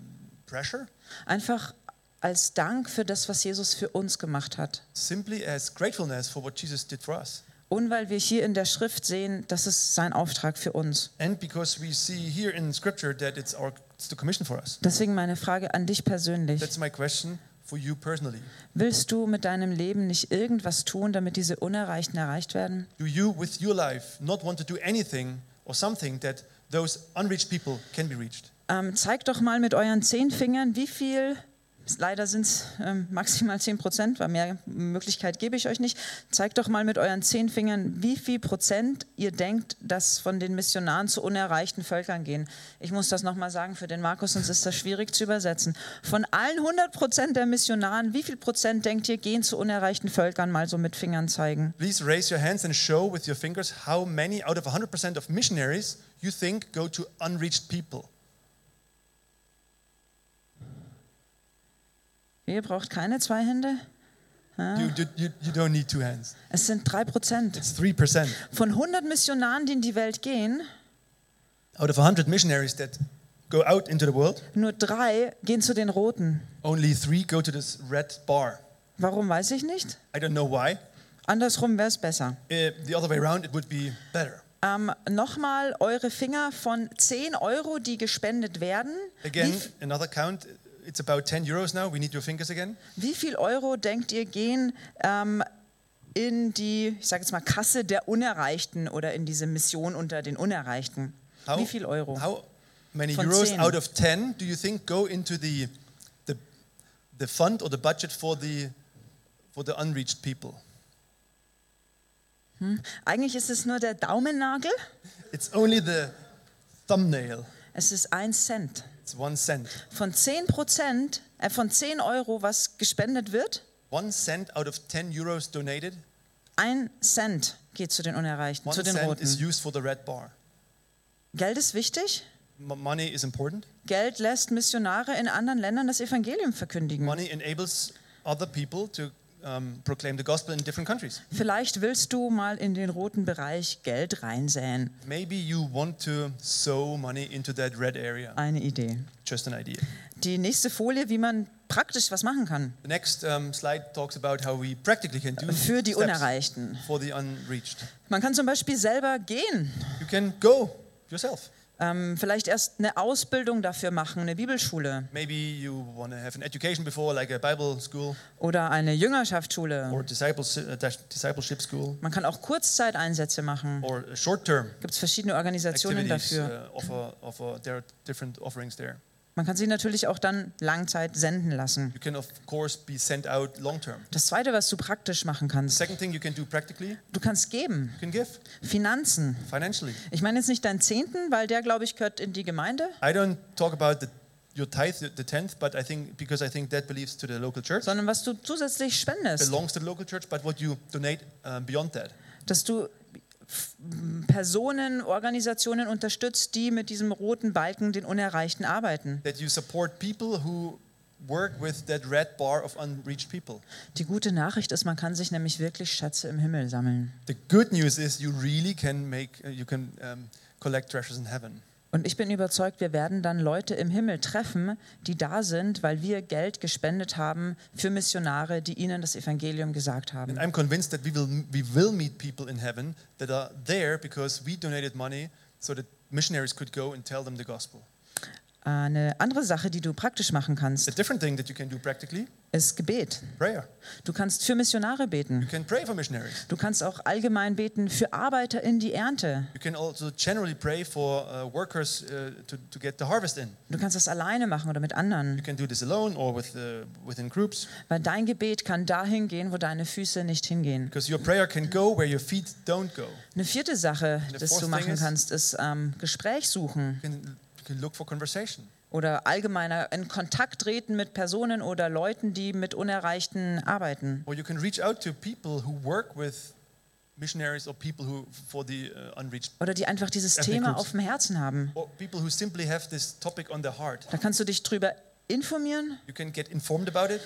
pressure, Einfach als Dank für das, was Jesus für uns gemacht hat. simply as gratefulness for what Jesus did for us. Und weil wir hier in der Schrift sehen, das ist sein Auftrag für uns. And because we see here in Scripture that it's, our, it's the commission for us. Deswegen meine Frage an dich persönlich. That's my question for you personally. Willst du mit deinem Leben nicht irgendwas tun, damit diese Unerreichten erreicht werden? Do you, with your life, not want to do anything or something that those unreached people can be reached? Ähm, zeigt doch mal mit euren zehn Fingern, wie viel, leider sind es ähm, maximal 10 Prozent, weil mehr Möglichkeit gebe ich euch nicht. Zeigt doch mal mit euren zehn Fingern, wie viel Prozent ihr denkt, dass von den Missionaren zu unerreichten Völkern gehen. Ich muss das nochmal sagen für den Markus, sonst ist das schwierig zu übersetzen. Von allen 100 Prozent der Missionaren, wie viel Prozent denkt ihr, gehen zu unerreichten Völkern? Mal so mit Fingern zeigen. Please raise your hands and show with your fingers how many out of 100% of missionaries you think go to unreached people. Ihr braucht keine zwei Hände. You, you, you, you don't need two hands. Es sind drei Prozent. It's 3%. Von 100 Missionaren, die in die Welt gehen, Out of 100 missionaries that go out into the world. Nur drei gehen zu den Roten. Only three go to this red bar. Warum weiß ich nicht? I don't know why. Andersrum wäre es besser. Eh, the other way around, it would be better. Ähm, Nochmal eure Finger von 10 Euro, die gespendet werden. Again, Wie, another count. It's about 10 euros now. We need your fingers again. wie viel Euro denkt ihr gehen ähm, in die, ich sage jetzt mal, Kasse der Unerreichten oder in diese Mission unter den Unerreichten? How, wie viel Euro? How many Von euros 10. out of 10 do you think go into the, the, the fund or the budget for the, for the unreached people? Eigentlich ist es nur der Daumennagel. It's only the thumbnail. Es ist ein Cent. It's one cent. Von 10 Prozent, äh, von 10 Euro, was gespendet wird, One cent out of 10 euros donated, ein Cent geht zu den Unerreichten, one zu den cent is Roten. used for the red bar. Geld ist wichtig. M- money is important. Geld lässt Missionare in anderen Ländern das Evangelium verkündigen. Money enables other people to um, proclaim the gospel in different countries. Vielleicht willst du mal in den roten Bereich Geld reinsäen. Maybe you want to sow money into that red area. Eine Idee. Just an idea. Die nächste Folie, wie man praktisch was machen kann The next um, slide talks about how we practically can do für die steps Unerreichten. for the unreached. Man kann zum Beispiel selber gehen. You can go yourself. Ähm, vielleicht erst eine Ausbildung dafür machen, eine Bibelschule Maybe you want to have an education before, like a Bible school oder eine Jüngerschaftsschule. or disciples, uh, dis- discipleship school, Man kann auch Kurzzeiteinsätze machen. or short-term Gibt es verschiedene Organisationen activities. dafür. Uh, offer, offer, there are different offerings there. Man kann sie natürlich auch dann Langzeit senden lassen. You can, of course, be sent out long-term. Das Zweite, was du praktisch machen kannst, Second thing you can do practically, you du kannst geben. can give Finanzen. financially. Ich meine jetzt nicht deinen Zehnten, weil der, glaube ich, gehört in die Gemeinde, I don't talk about the, your tithe, the tenth, but I think because I think that believes to the local church, sondern was du zusätzlich spendest, belongs to the local church. But what you donate um, beyond that, dass du f- m, Personen, Organisationen unterstützt, die mit diesem roten Balken den Unerreichten arbeiten, that you support people who work with that red bar of unreached people. die gute Nachricht ist, man kann sich nämlich wirklich Schätze im Himmel sammeln. The good news is you really can make uh, you can um, collect treasures in heaven. Und ich bin überzeugt, wir werden dann Leute im Himmel treffen, die da sind, weil wir Geld gespendet haben für Missionare, die ihnen das Evangelium gesagt haben. And I'm convinced that we will we will meet people in heaven that are there because we donated money so that missionaries could go and tell them the gospel. Eine andere Sache, die du praktisch machen A kannst, different thing that you can do practically, ist Gebet. prayer. Du kannst für Missionare beten. You can pray for missionaries. Du kannst auch allgemein beten für Arbeiter in die Ernte. You can also generally pray for uh, workers uh, to, to get the harvest in. Du kannst das alleine machen oder mit anderen, You can do this alone or with, uh, within groups weil dein Gebet kann dahin gehen, wo deine Füße nicht hingehen. because your prayer can go where your feet don't go. Eine vierte Sache, the das du fourth thing machen is- kannst, ist ähm, Gespräch suchen You can, you can look for conversation. oder allgemeiner in Kontakt treten mit Personen oder Leuten, die mit Unerreichten arbeiten. Or you can reach out to people who work with missionaries or people who for the uh, unreached Oder die einfach dieses Ethnic Thema groups. auf dem Herzen haben. or people who simply have this topic on their heart. Da kannst du dich drüber informieren, You can get informed about it,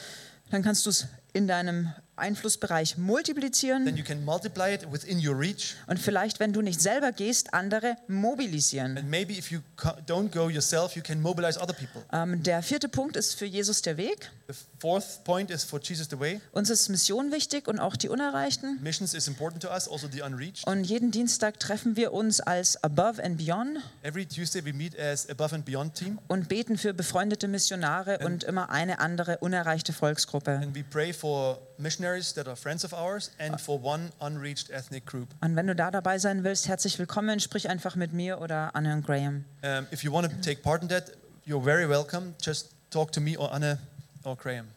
dann kannst du es in deinem Einflussbereich multiplizieren. then you can multiply it within your reach. Und vielleicht, wenn du nicht selber gehst, andere mobilisieren. And maybe if you co- don't go yourself, you can mobilize other people. Ähm, der vierte Punkt ist für Jesus der Weg. The fourth point is for Jesus the way. Uns ist Mission wichtig und auch die Unerreichten. Missions is important to us, also the unreached. Und jeden Dienstag treffen wir uns als Above and Beyond Every Tuesday we meet as Above and Beyond team und beten für befreundete Missionare und immer eine andere unerreichte Volksgruppe. and we pray for missionaries that are friends of ours and for one unreached ethnic group. Und wenn du da dabei sein willst, herzlich willkommen. Sprich einfach mit mir oder Anne und Graham. Um, if you want to take part in that, you're very welcome. Just talk to me or Anne or Graham.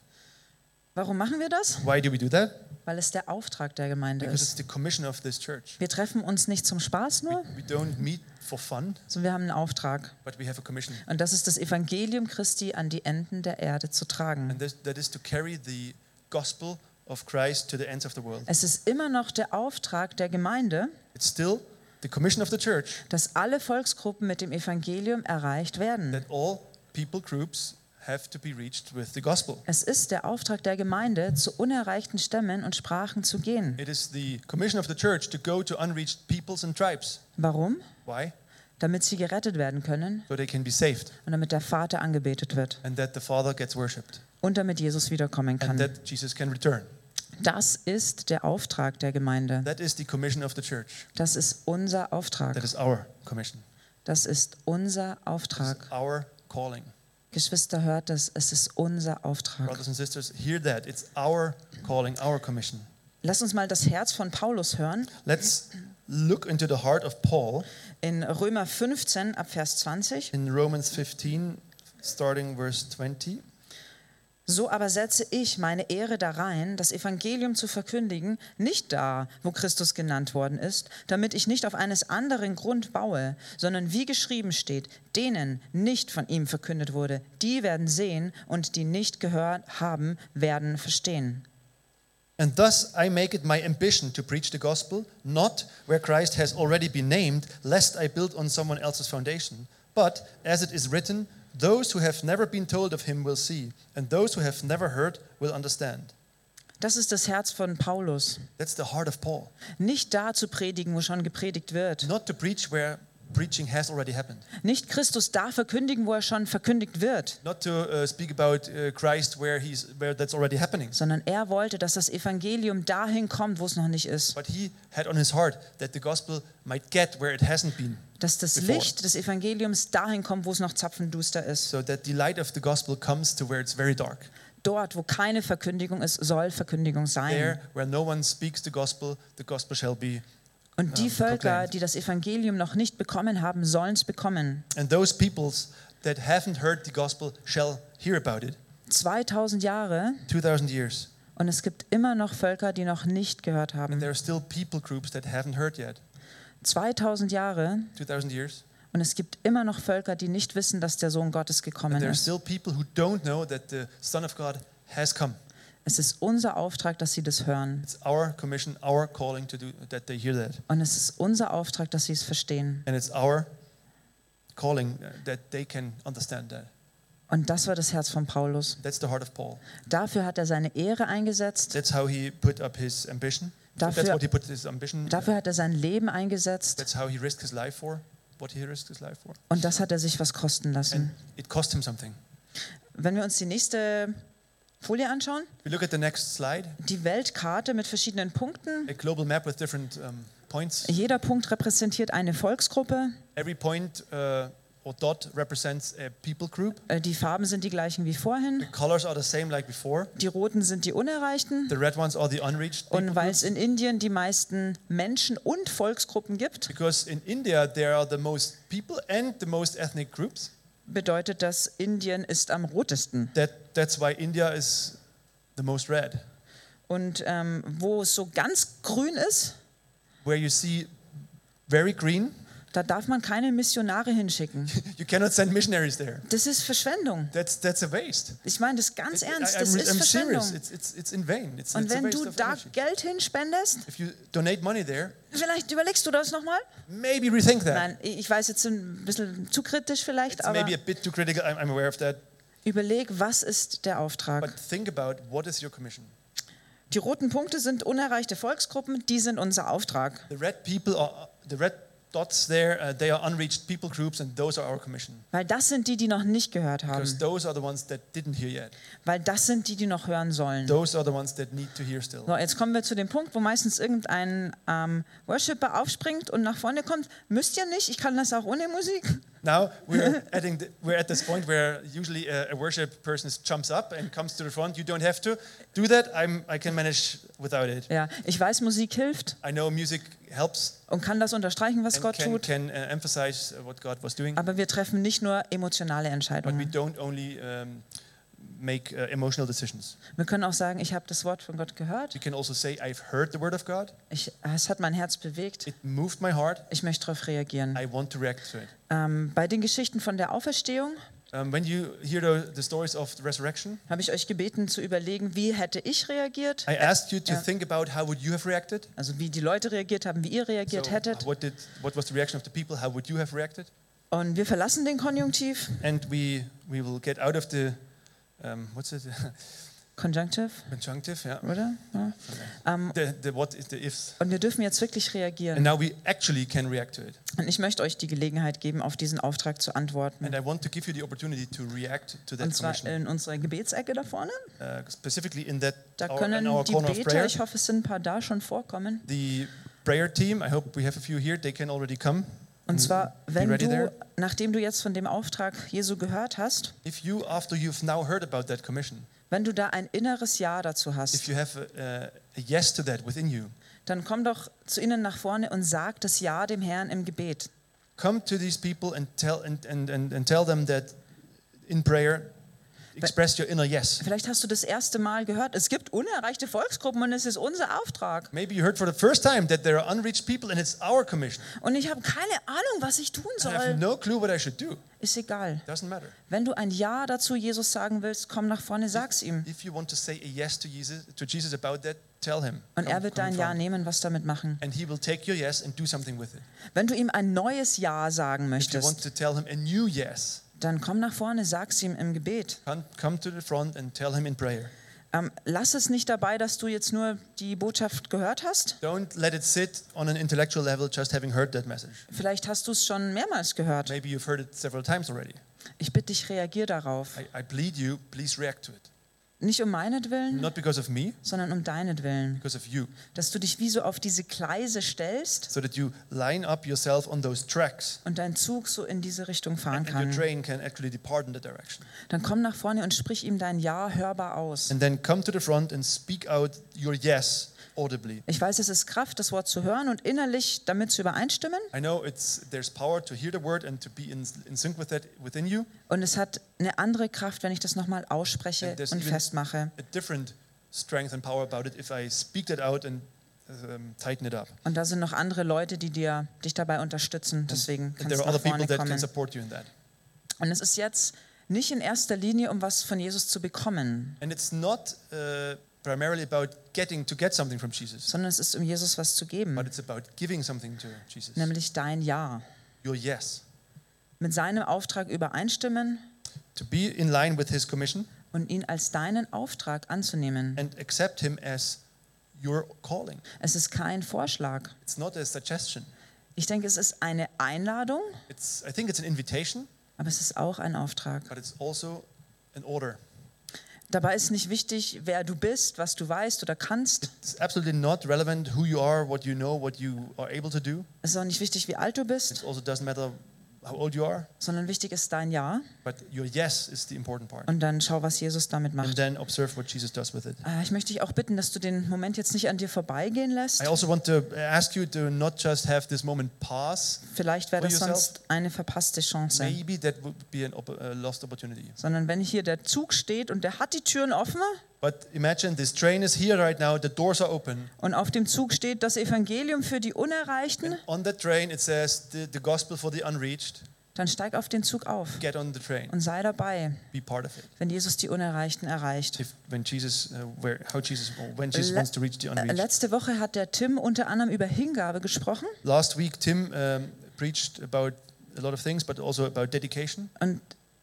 Warum machen wir das? Why do we do that? Weil es der Auftrag der Gemeinde Because it's ist. the commission of this church. Wir treffen uns nicht zum Spaß nur, We don't meet for fun, sondern wir haben einen Auftrag. but we have a commission. Und das ist das Evangelium Christi an die Enden der Erde zu tragen. And this, that is to carry the gospel of Christ to the ends of the world. Es ist immer noch der Auftrag der Gemeinde, It's still the commission of the church dass alle Volksgruppen mit dem Evangelium erreicht werden. that all people groups have to be reached with the gospel. Es ist der Auftrag der Gemeinde, zu unerreichten Stämmen und Sprachen zu gehen. It is the commission of the church to go to unreached peoples and tribes. Warum? Why? damit sie gerettet werden können so they can be saved und damit der Vater angebetet wird and that the Father gets worshipped und damit Jesus wiederkommen and kann. that Jesus can return. Das ist der Auftrag der Gemeinde. That is the commission of the church. Das ist unser Auftrag. That is our commission. Das ist unser It's Auftrag. our calling. Geschwister, hört das. Es ist unser Auftrag. Brothers and sisters, hear that. It's our calling, our commission. Lass uns mal das Herz von Paulus hören. Let's look into the heart of Paul In Römer 15 ab Vers 20. in Romans 15, starting verse 20. So aber setze ich meine Ehre darein, das Evangelium zu verkündigen, nicht da, wo Christus genannt worden ist, damit ich nicht auf eines anderen Grund baue, sondern wie geschrieben steht, denen nicht von ihm verkündet wurde, die werden sehen und die nicht gehört haben, werden verstehen. And thus I make it my ambition to preach the gospel, not where Christ has already been named, lest I build on someone else's foundation, but as it is written, those who have never been told of him will see, and those who have never heard will understand. Das ist das Herz von Paulus. That's the heart of Paul. Nicht da zu predigen, wo schon gepredigt wird. Not to preach where preaching has already happened. Nicht Christus da verkündigen, wo er schon verkündigt wird. Not to uh, speak about uh, Christ where he's where that's already happening. Sondern er wollte, dass das Evangelium dahin kommt, wo es noch nicht ist. But he had on his heart that the gospel might get where it hasn't been, dass das Bevor. Licht des Evangeliums dahin kommt, wo es noch zapfenduster ist. so that the light of the gospel comes to where it's very dark. Dort, wo keine Verkündigung ist, soll Verkündigung sein. There, where no one speaks the gospel, the gospel shall be. Und die ähm, Völker, proclaimed. die das Evangelium noch nicht bekommen haben, sollen es bekommen. And those peoples that haven't heard the gospel shall hear about it. 2000 Jahre 2,000 years. und es gibt immer noch Völker, die noch nicht gehört And haben. there are still people groups that haven't heard yet. 2000 Jahre 2,000 years. und es gibt immer noch Völker, die nicht wissen, dass der Sohn Gottes And gekommen there are ist. still people who don't know that the Son of God has come. Es ist unser Auftrag, dass sie das hören. It's our commission, our calling to do that they hear that. Und es ist unser Auftrag, dass sie es verstehen. And it's our calling uh, that they can understand that. Und das war das Herz von Paulus. That's the heart of Paul. Dafür hat er seine Ehre eingesetzt. That's how he put up his ambition. So that's Dafür- what he put his ambition. Dafür hat er sein Leben eingesetzt That's how he risked his life for. What he risked his life for. und das hat er sich was kosten And lassen. it cost him something. Wenn wir uns die nächste Folie anschauen, We look at the next slide, die Weltkarte mit verschiedenen Punkten. a global map with different um, points. Jeder Punkt repräsentiert eine Volksgruppe. Every point uh, or dot represents a people group. Äh, Die Farben sind die gleichen wie The vorhin. colors are the same like before. Die roten sind die unerreichten. The red ones are the unreached. people Und weil es in groups. Indien die meisten Menschen und Volksgruppen gibt, Because in India there are the most people and the most ethnic groups. bedeutet das, Indien ist am rotesten. That that's why India is the most red. Und ähm, wo es so ganz grün ist, Where you see very green, da darf man keine Missionare hinschicken. you cannot send missionaries there. Das ist Verschwendung. That's that's a waste. Ich meine das ganz It- ernst, I- das I'm, ist I'm serious. Verschwendung. It's, it's, it's in vain. It's, Und it's a wenn waste du of da energy. Geld hinspendest, If you donate money there, vielleicht überlegst du das nochmal? maybe rethink that. Nein, ich weiß jetzt ein bisschen zu kritisch vielleicht, It's aber maybe a bit too critical. I'm, I'm aware of that. überleg, was ist der But Auftrag? think about what is your commission. Die roten Punkte sind unerreichte Volksgruppen, die sind unser Auftrag. The red people are the red dots there. Uh, they are unreached people groups, and those are our commission Weil das sind die, die noch nicht gehört because haben. those are the ones that didn't hear yet. Weil das sind die, die noch hören sollen. Those are the ones that need to hear still. So, jetzt kommen wir zu dem Punkt, wo meistens irgendein ähm, Worshipper aufspringt und nach vorne kommt. Müsst ihr nicht, ich kann das auch ohne Musik. Now we're adding the, we're at this point where usually a, a worship person jumps up and comes to the front. You don't have to do that. I'm I can manage without it. Ja, ich weiß, Musik hilft I know music helps und kann das unterstreichen, was and Gott can, tut. can uh, emphasize what God was doing, Aber wir treffen nicht nur emotionale but we Entscheidungen. don't only um, make uh, emotional decisions. Wir können auch sagen, ich habe das Wort von Gott You gehört. can also say, I've heard the word of God. Ich, es hat mein Herz bewegt. It moved my heart. Ich möchte darauf reagieren. I want to react to it. Ähm, bei den Geschichten von der Auferstehung Um, when you hear the, the stories of the resurrection, habe ich euch gebeten zu überlegen, wie hätte ich reagiert? I asked you to Yeah. think about how would you have reacted. Also wie die Leute reagiert haben, wie ihr reagiert So, hättet. what did what was the reaction of the people? How would you have reacted? Und wir verlassen den Konjunktiv. And we we will get out of the um, what's it Conjunctive, Conjunctive, yeah. oder? Ja. Ähm, The, the what is the ifs. und wir dürfen jetzt wirklich And reagieren. now we actually can react to it. Und ich möchte euch die Gelegenheit geben, auf diesen Auftrag zu antworten. And I want to give you the opportunity to react to Und that zwar commission, in unserer Gebetsecke da vorne. uh, specifically in that Da our, in können our die corner of Beter, prayer. ich hoffe, es sind ein paar da, schon vorkommen. The prayer team, I hope we have a few here, they can already come. Und zwar, wenn Mm-hmm. ready du, there? nachdem du jetzt von dem Auftrag Jesu gehört hast, If you, after you've now heard about that commission, wenn du da ein inneres Ja dazu if hast, you have a, uh, a yes to that within you, dann komm doch zu ihnen nach vorne und sag das Ja dem Herrn im Gebet. come to these people and tell, and, and, and, and tell them that in prayer, express your inner yes. Vielleicht hast du das erste Mal gehört, es gibt unerreichte Volksgruppen und es ist unser Auftrag. Maybe you heard for the first time that there are unreached people and it's our commission. Und ich habe keine Ahnung, was ich tun I have soll. no clue what I should do. Ist egal. Doesn't matter. Wenn du ein Ja dazu Jesus sagen willst, komm nach vorne, sag's ihm. If you want to say a yes to Jesus, to Jesus about that, tell him. Und er Come- wird come dein from- Ja nehmen, was damit machen. And he will take your yes and do something with it. Wenn du ihm ein neues Ja sagen If you want möchtest, to tell him a new yes, dann komm nach vorne, sag's ihm im Gebet. Come, come to the front and tell him in prayer. Ähm, lass es nicht dabei, dass du jetzt nur die Botschaft gehört hast. Don't let it sit on an intellectual level just having heard that message. Vielleicht hast du es schon mehrmals gehört. Maybe you've heard it several times already. Ich bitte dich, reagier darauf. I, I plead you, please react to it. Nicht um meinetwillen, Not because of me, sondern um deinetwillen. because of you. Dass du dich wie so auf diese Gleise stellst So that you line up yourself on those tracks und dein Zug so in diese Richtung fahren and your kann. train can actually depart in that direction. Dann komm nach vorne und sprich ihm dein Ja hörbar aus. And then come to the front and speak out your yes audibly. Ich weiß, es ist Kraft, das Wort zu hören und innerlich damit zu übereinstimmen. I know it's there's power to hear the word and to be in, in sync with that within you. Und es hat eine andere Kraft, wenn ich das nochmal ausspreche And there's und even- festmache. A different strength and power about it if I speak that out and um, tighten it up. Und da sind noch andere Leute, die dir, dich dabei unterstützen. Deswegen And kannst there du are other nach vorne people that can kommen. support you in that. Und es ist jetzt nicht in erster Linie, um was von Jesus zu bekommen, And it's not uh, primarily about getting to get something from Jesus, sondern es ist, um Jesus was zu geben, but it's about giving something to Jesus. nämlich dein Ja. Your yes. Mit seinem Auftrag übereinstimmen To be in line with his commission und ihn als deinen Auftrag anzunehmen. and accept him as your calling. Es ist kein Vorschlag. It's not a suggestion. Ich denke, es ist eine Einladung, It's, I think it's an invitation, aber es ist auch ein Auftrag. but it's also an order. Dabei ist nicht wichtig, wer du bist, was du weißt oder kannst. It's absolutely not relevant who you are, what you know, what you are able to do. Es ist auch nicht wichtig, wie alt du It bist, also doesn't matter how old you are, sondern wichtig ist dein Ja. but your yes is the important part. Und dann schau, was Jesus damit And macht. then observe what Jesus does with it. Äh, Ich möchte dich auch bitten, dass du den Moment jetzt nicht an dir vorbeigehen lässt. I also want to ask you to not just have this moment pass. Vielleicht wäre For das yourself? sonst eine verpasste Chance. Maybe that would be an op a lost opportunity. Sondern wenn hier der Zug steht und der hat die Türen offen But imagine this train is here right now, the doors are open. und auf dem Zug steht das Evangelium für die Unerreichten, On the train, it says the, the gospel for the unreached. dann steig auf den Zug auf Get on the train, und sei dabei, be part of it. wenn Jesus die Unerreichten erreicht. If when Jesus, uh, where how Jesus, or when Jesus Le- wants to reach the Äh, unreached. Letzte Woche hat der Tim unter anderem über Hingabe gesprochen Last week, Tim um, preached about a lot of things, but also about dedication. und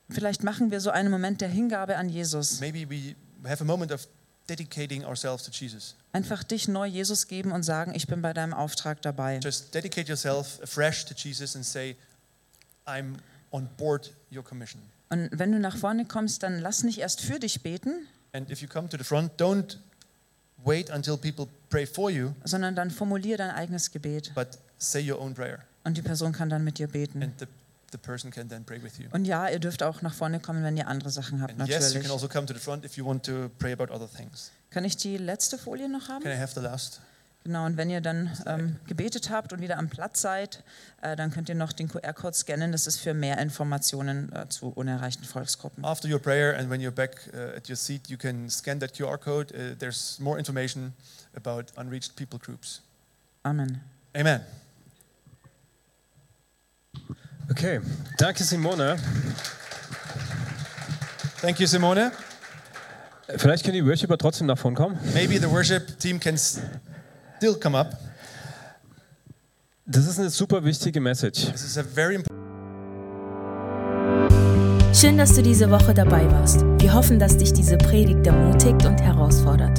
vielleicht machen wir so einen Moment der Hingabe an Jesus. Maybe we have a moment of dedicating ourselves to Jesus. Einfach dich neu Jesus geben und sagen, ich bin bei deinem Auftrag dabei. Just dedicate yourself afresh to Jesus and say, I'm on board your commission. Und wenn du nach vorne kommst, dann lass nicht erst für dich beten, And if you come to the front, don't wait until people pray for you, sondern dann formulier dein eigenes Gebet but say your own prayer. und die Person kann dann mit dir beten. And the, the person can then pray with you. Und ja, ihr dürft auch nach vorne kommen, wenn ihr andere Sachen habt, And yes, you natürlich. can also come to the front if you want to pray about other things. Kann ich die letzte Folie noch haben? Can I have the last? Genau, und wenn ihr dann ähm, gebetet habt und wieder am Platz seid, äh, dann könnt ihr noch den QR-Code scannen. Das ist für mehr Informationen äh, zu unerreichten Volksgruppen. After your prayer and when you're back uh, at your seat, you can scan that QR code. Uh, there's more information about unreached people groups. Amen. Amen. Okay, danke Simone. Thank you, Simone. Vielleicht können die Worshiper trotzdem nach vorn kommen. Maybe the worship team can s- still come up. Das ist eine super wichtige Message. This is a very important. Schön, dass du diese Woche dabei warst. Wir hoffen, dass dich diese Predigt ermutigt und herausfordert.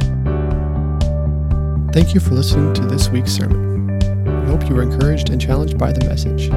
Thank you for listening to this week's sermon. We hope you were encouraged and challenged by the message.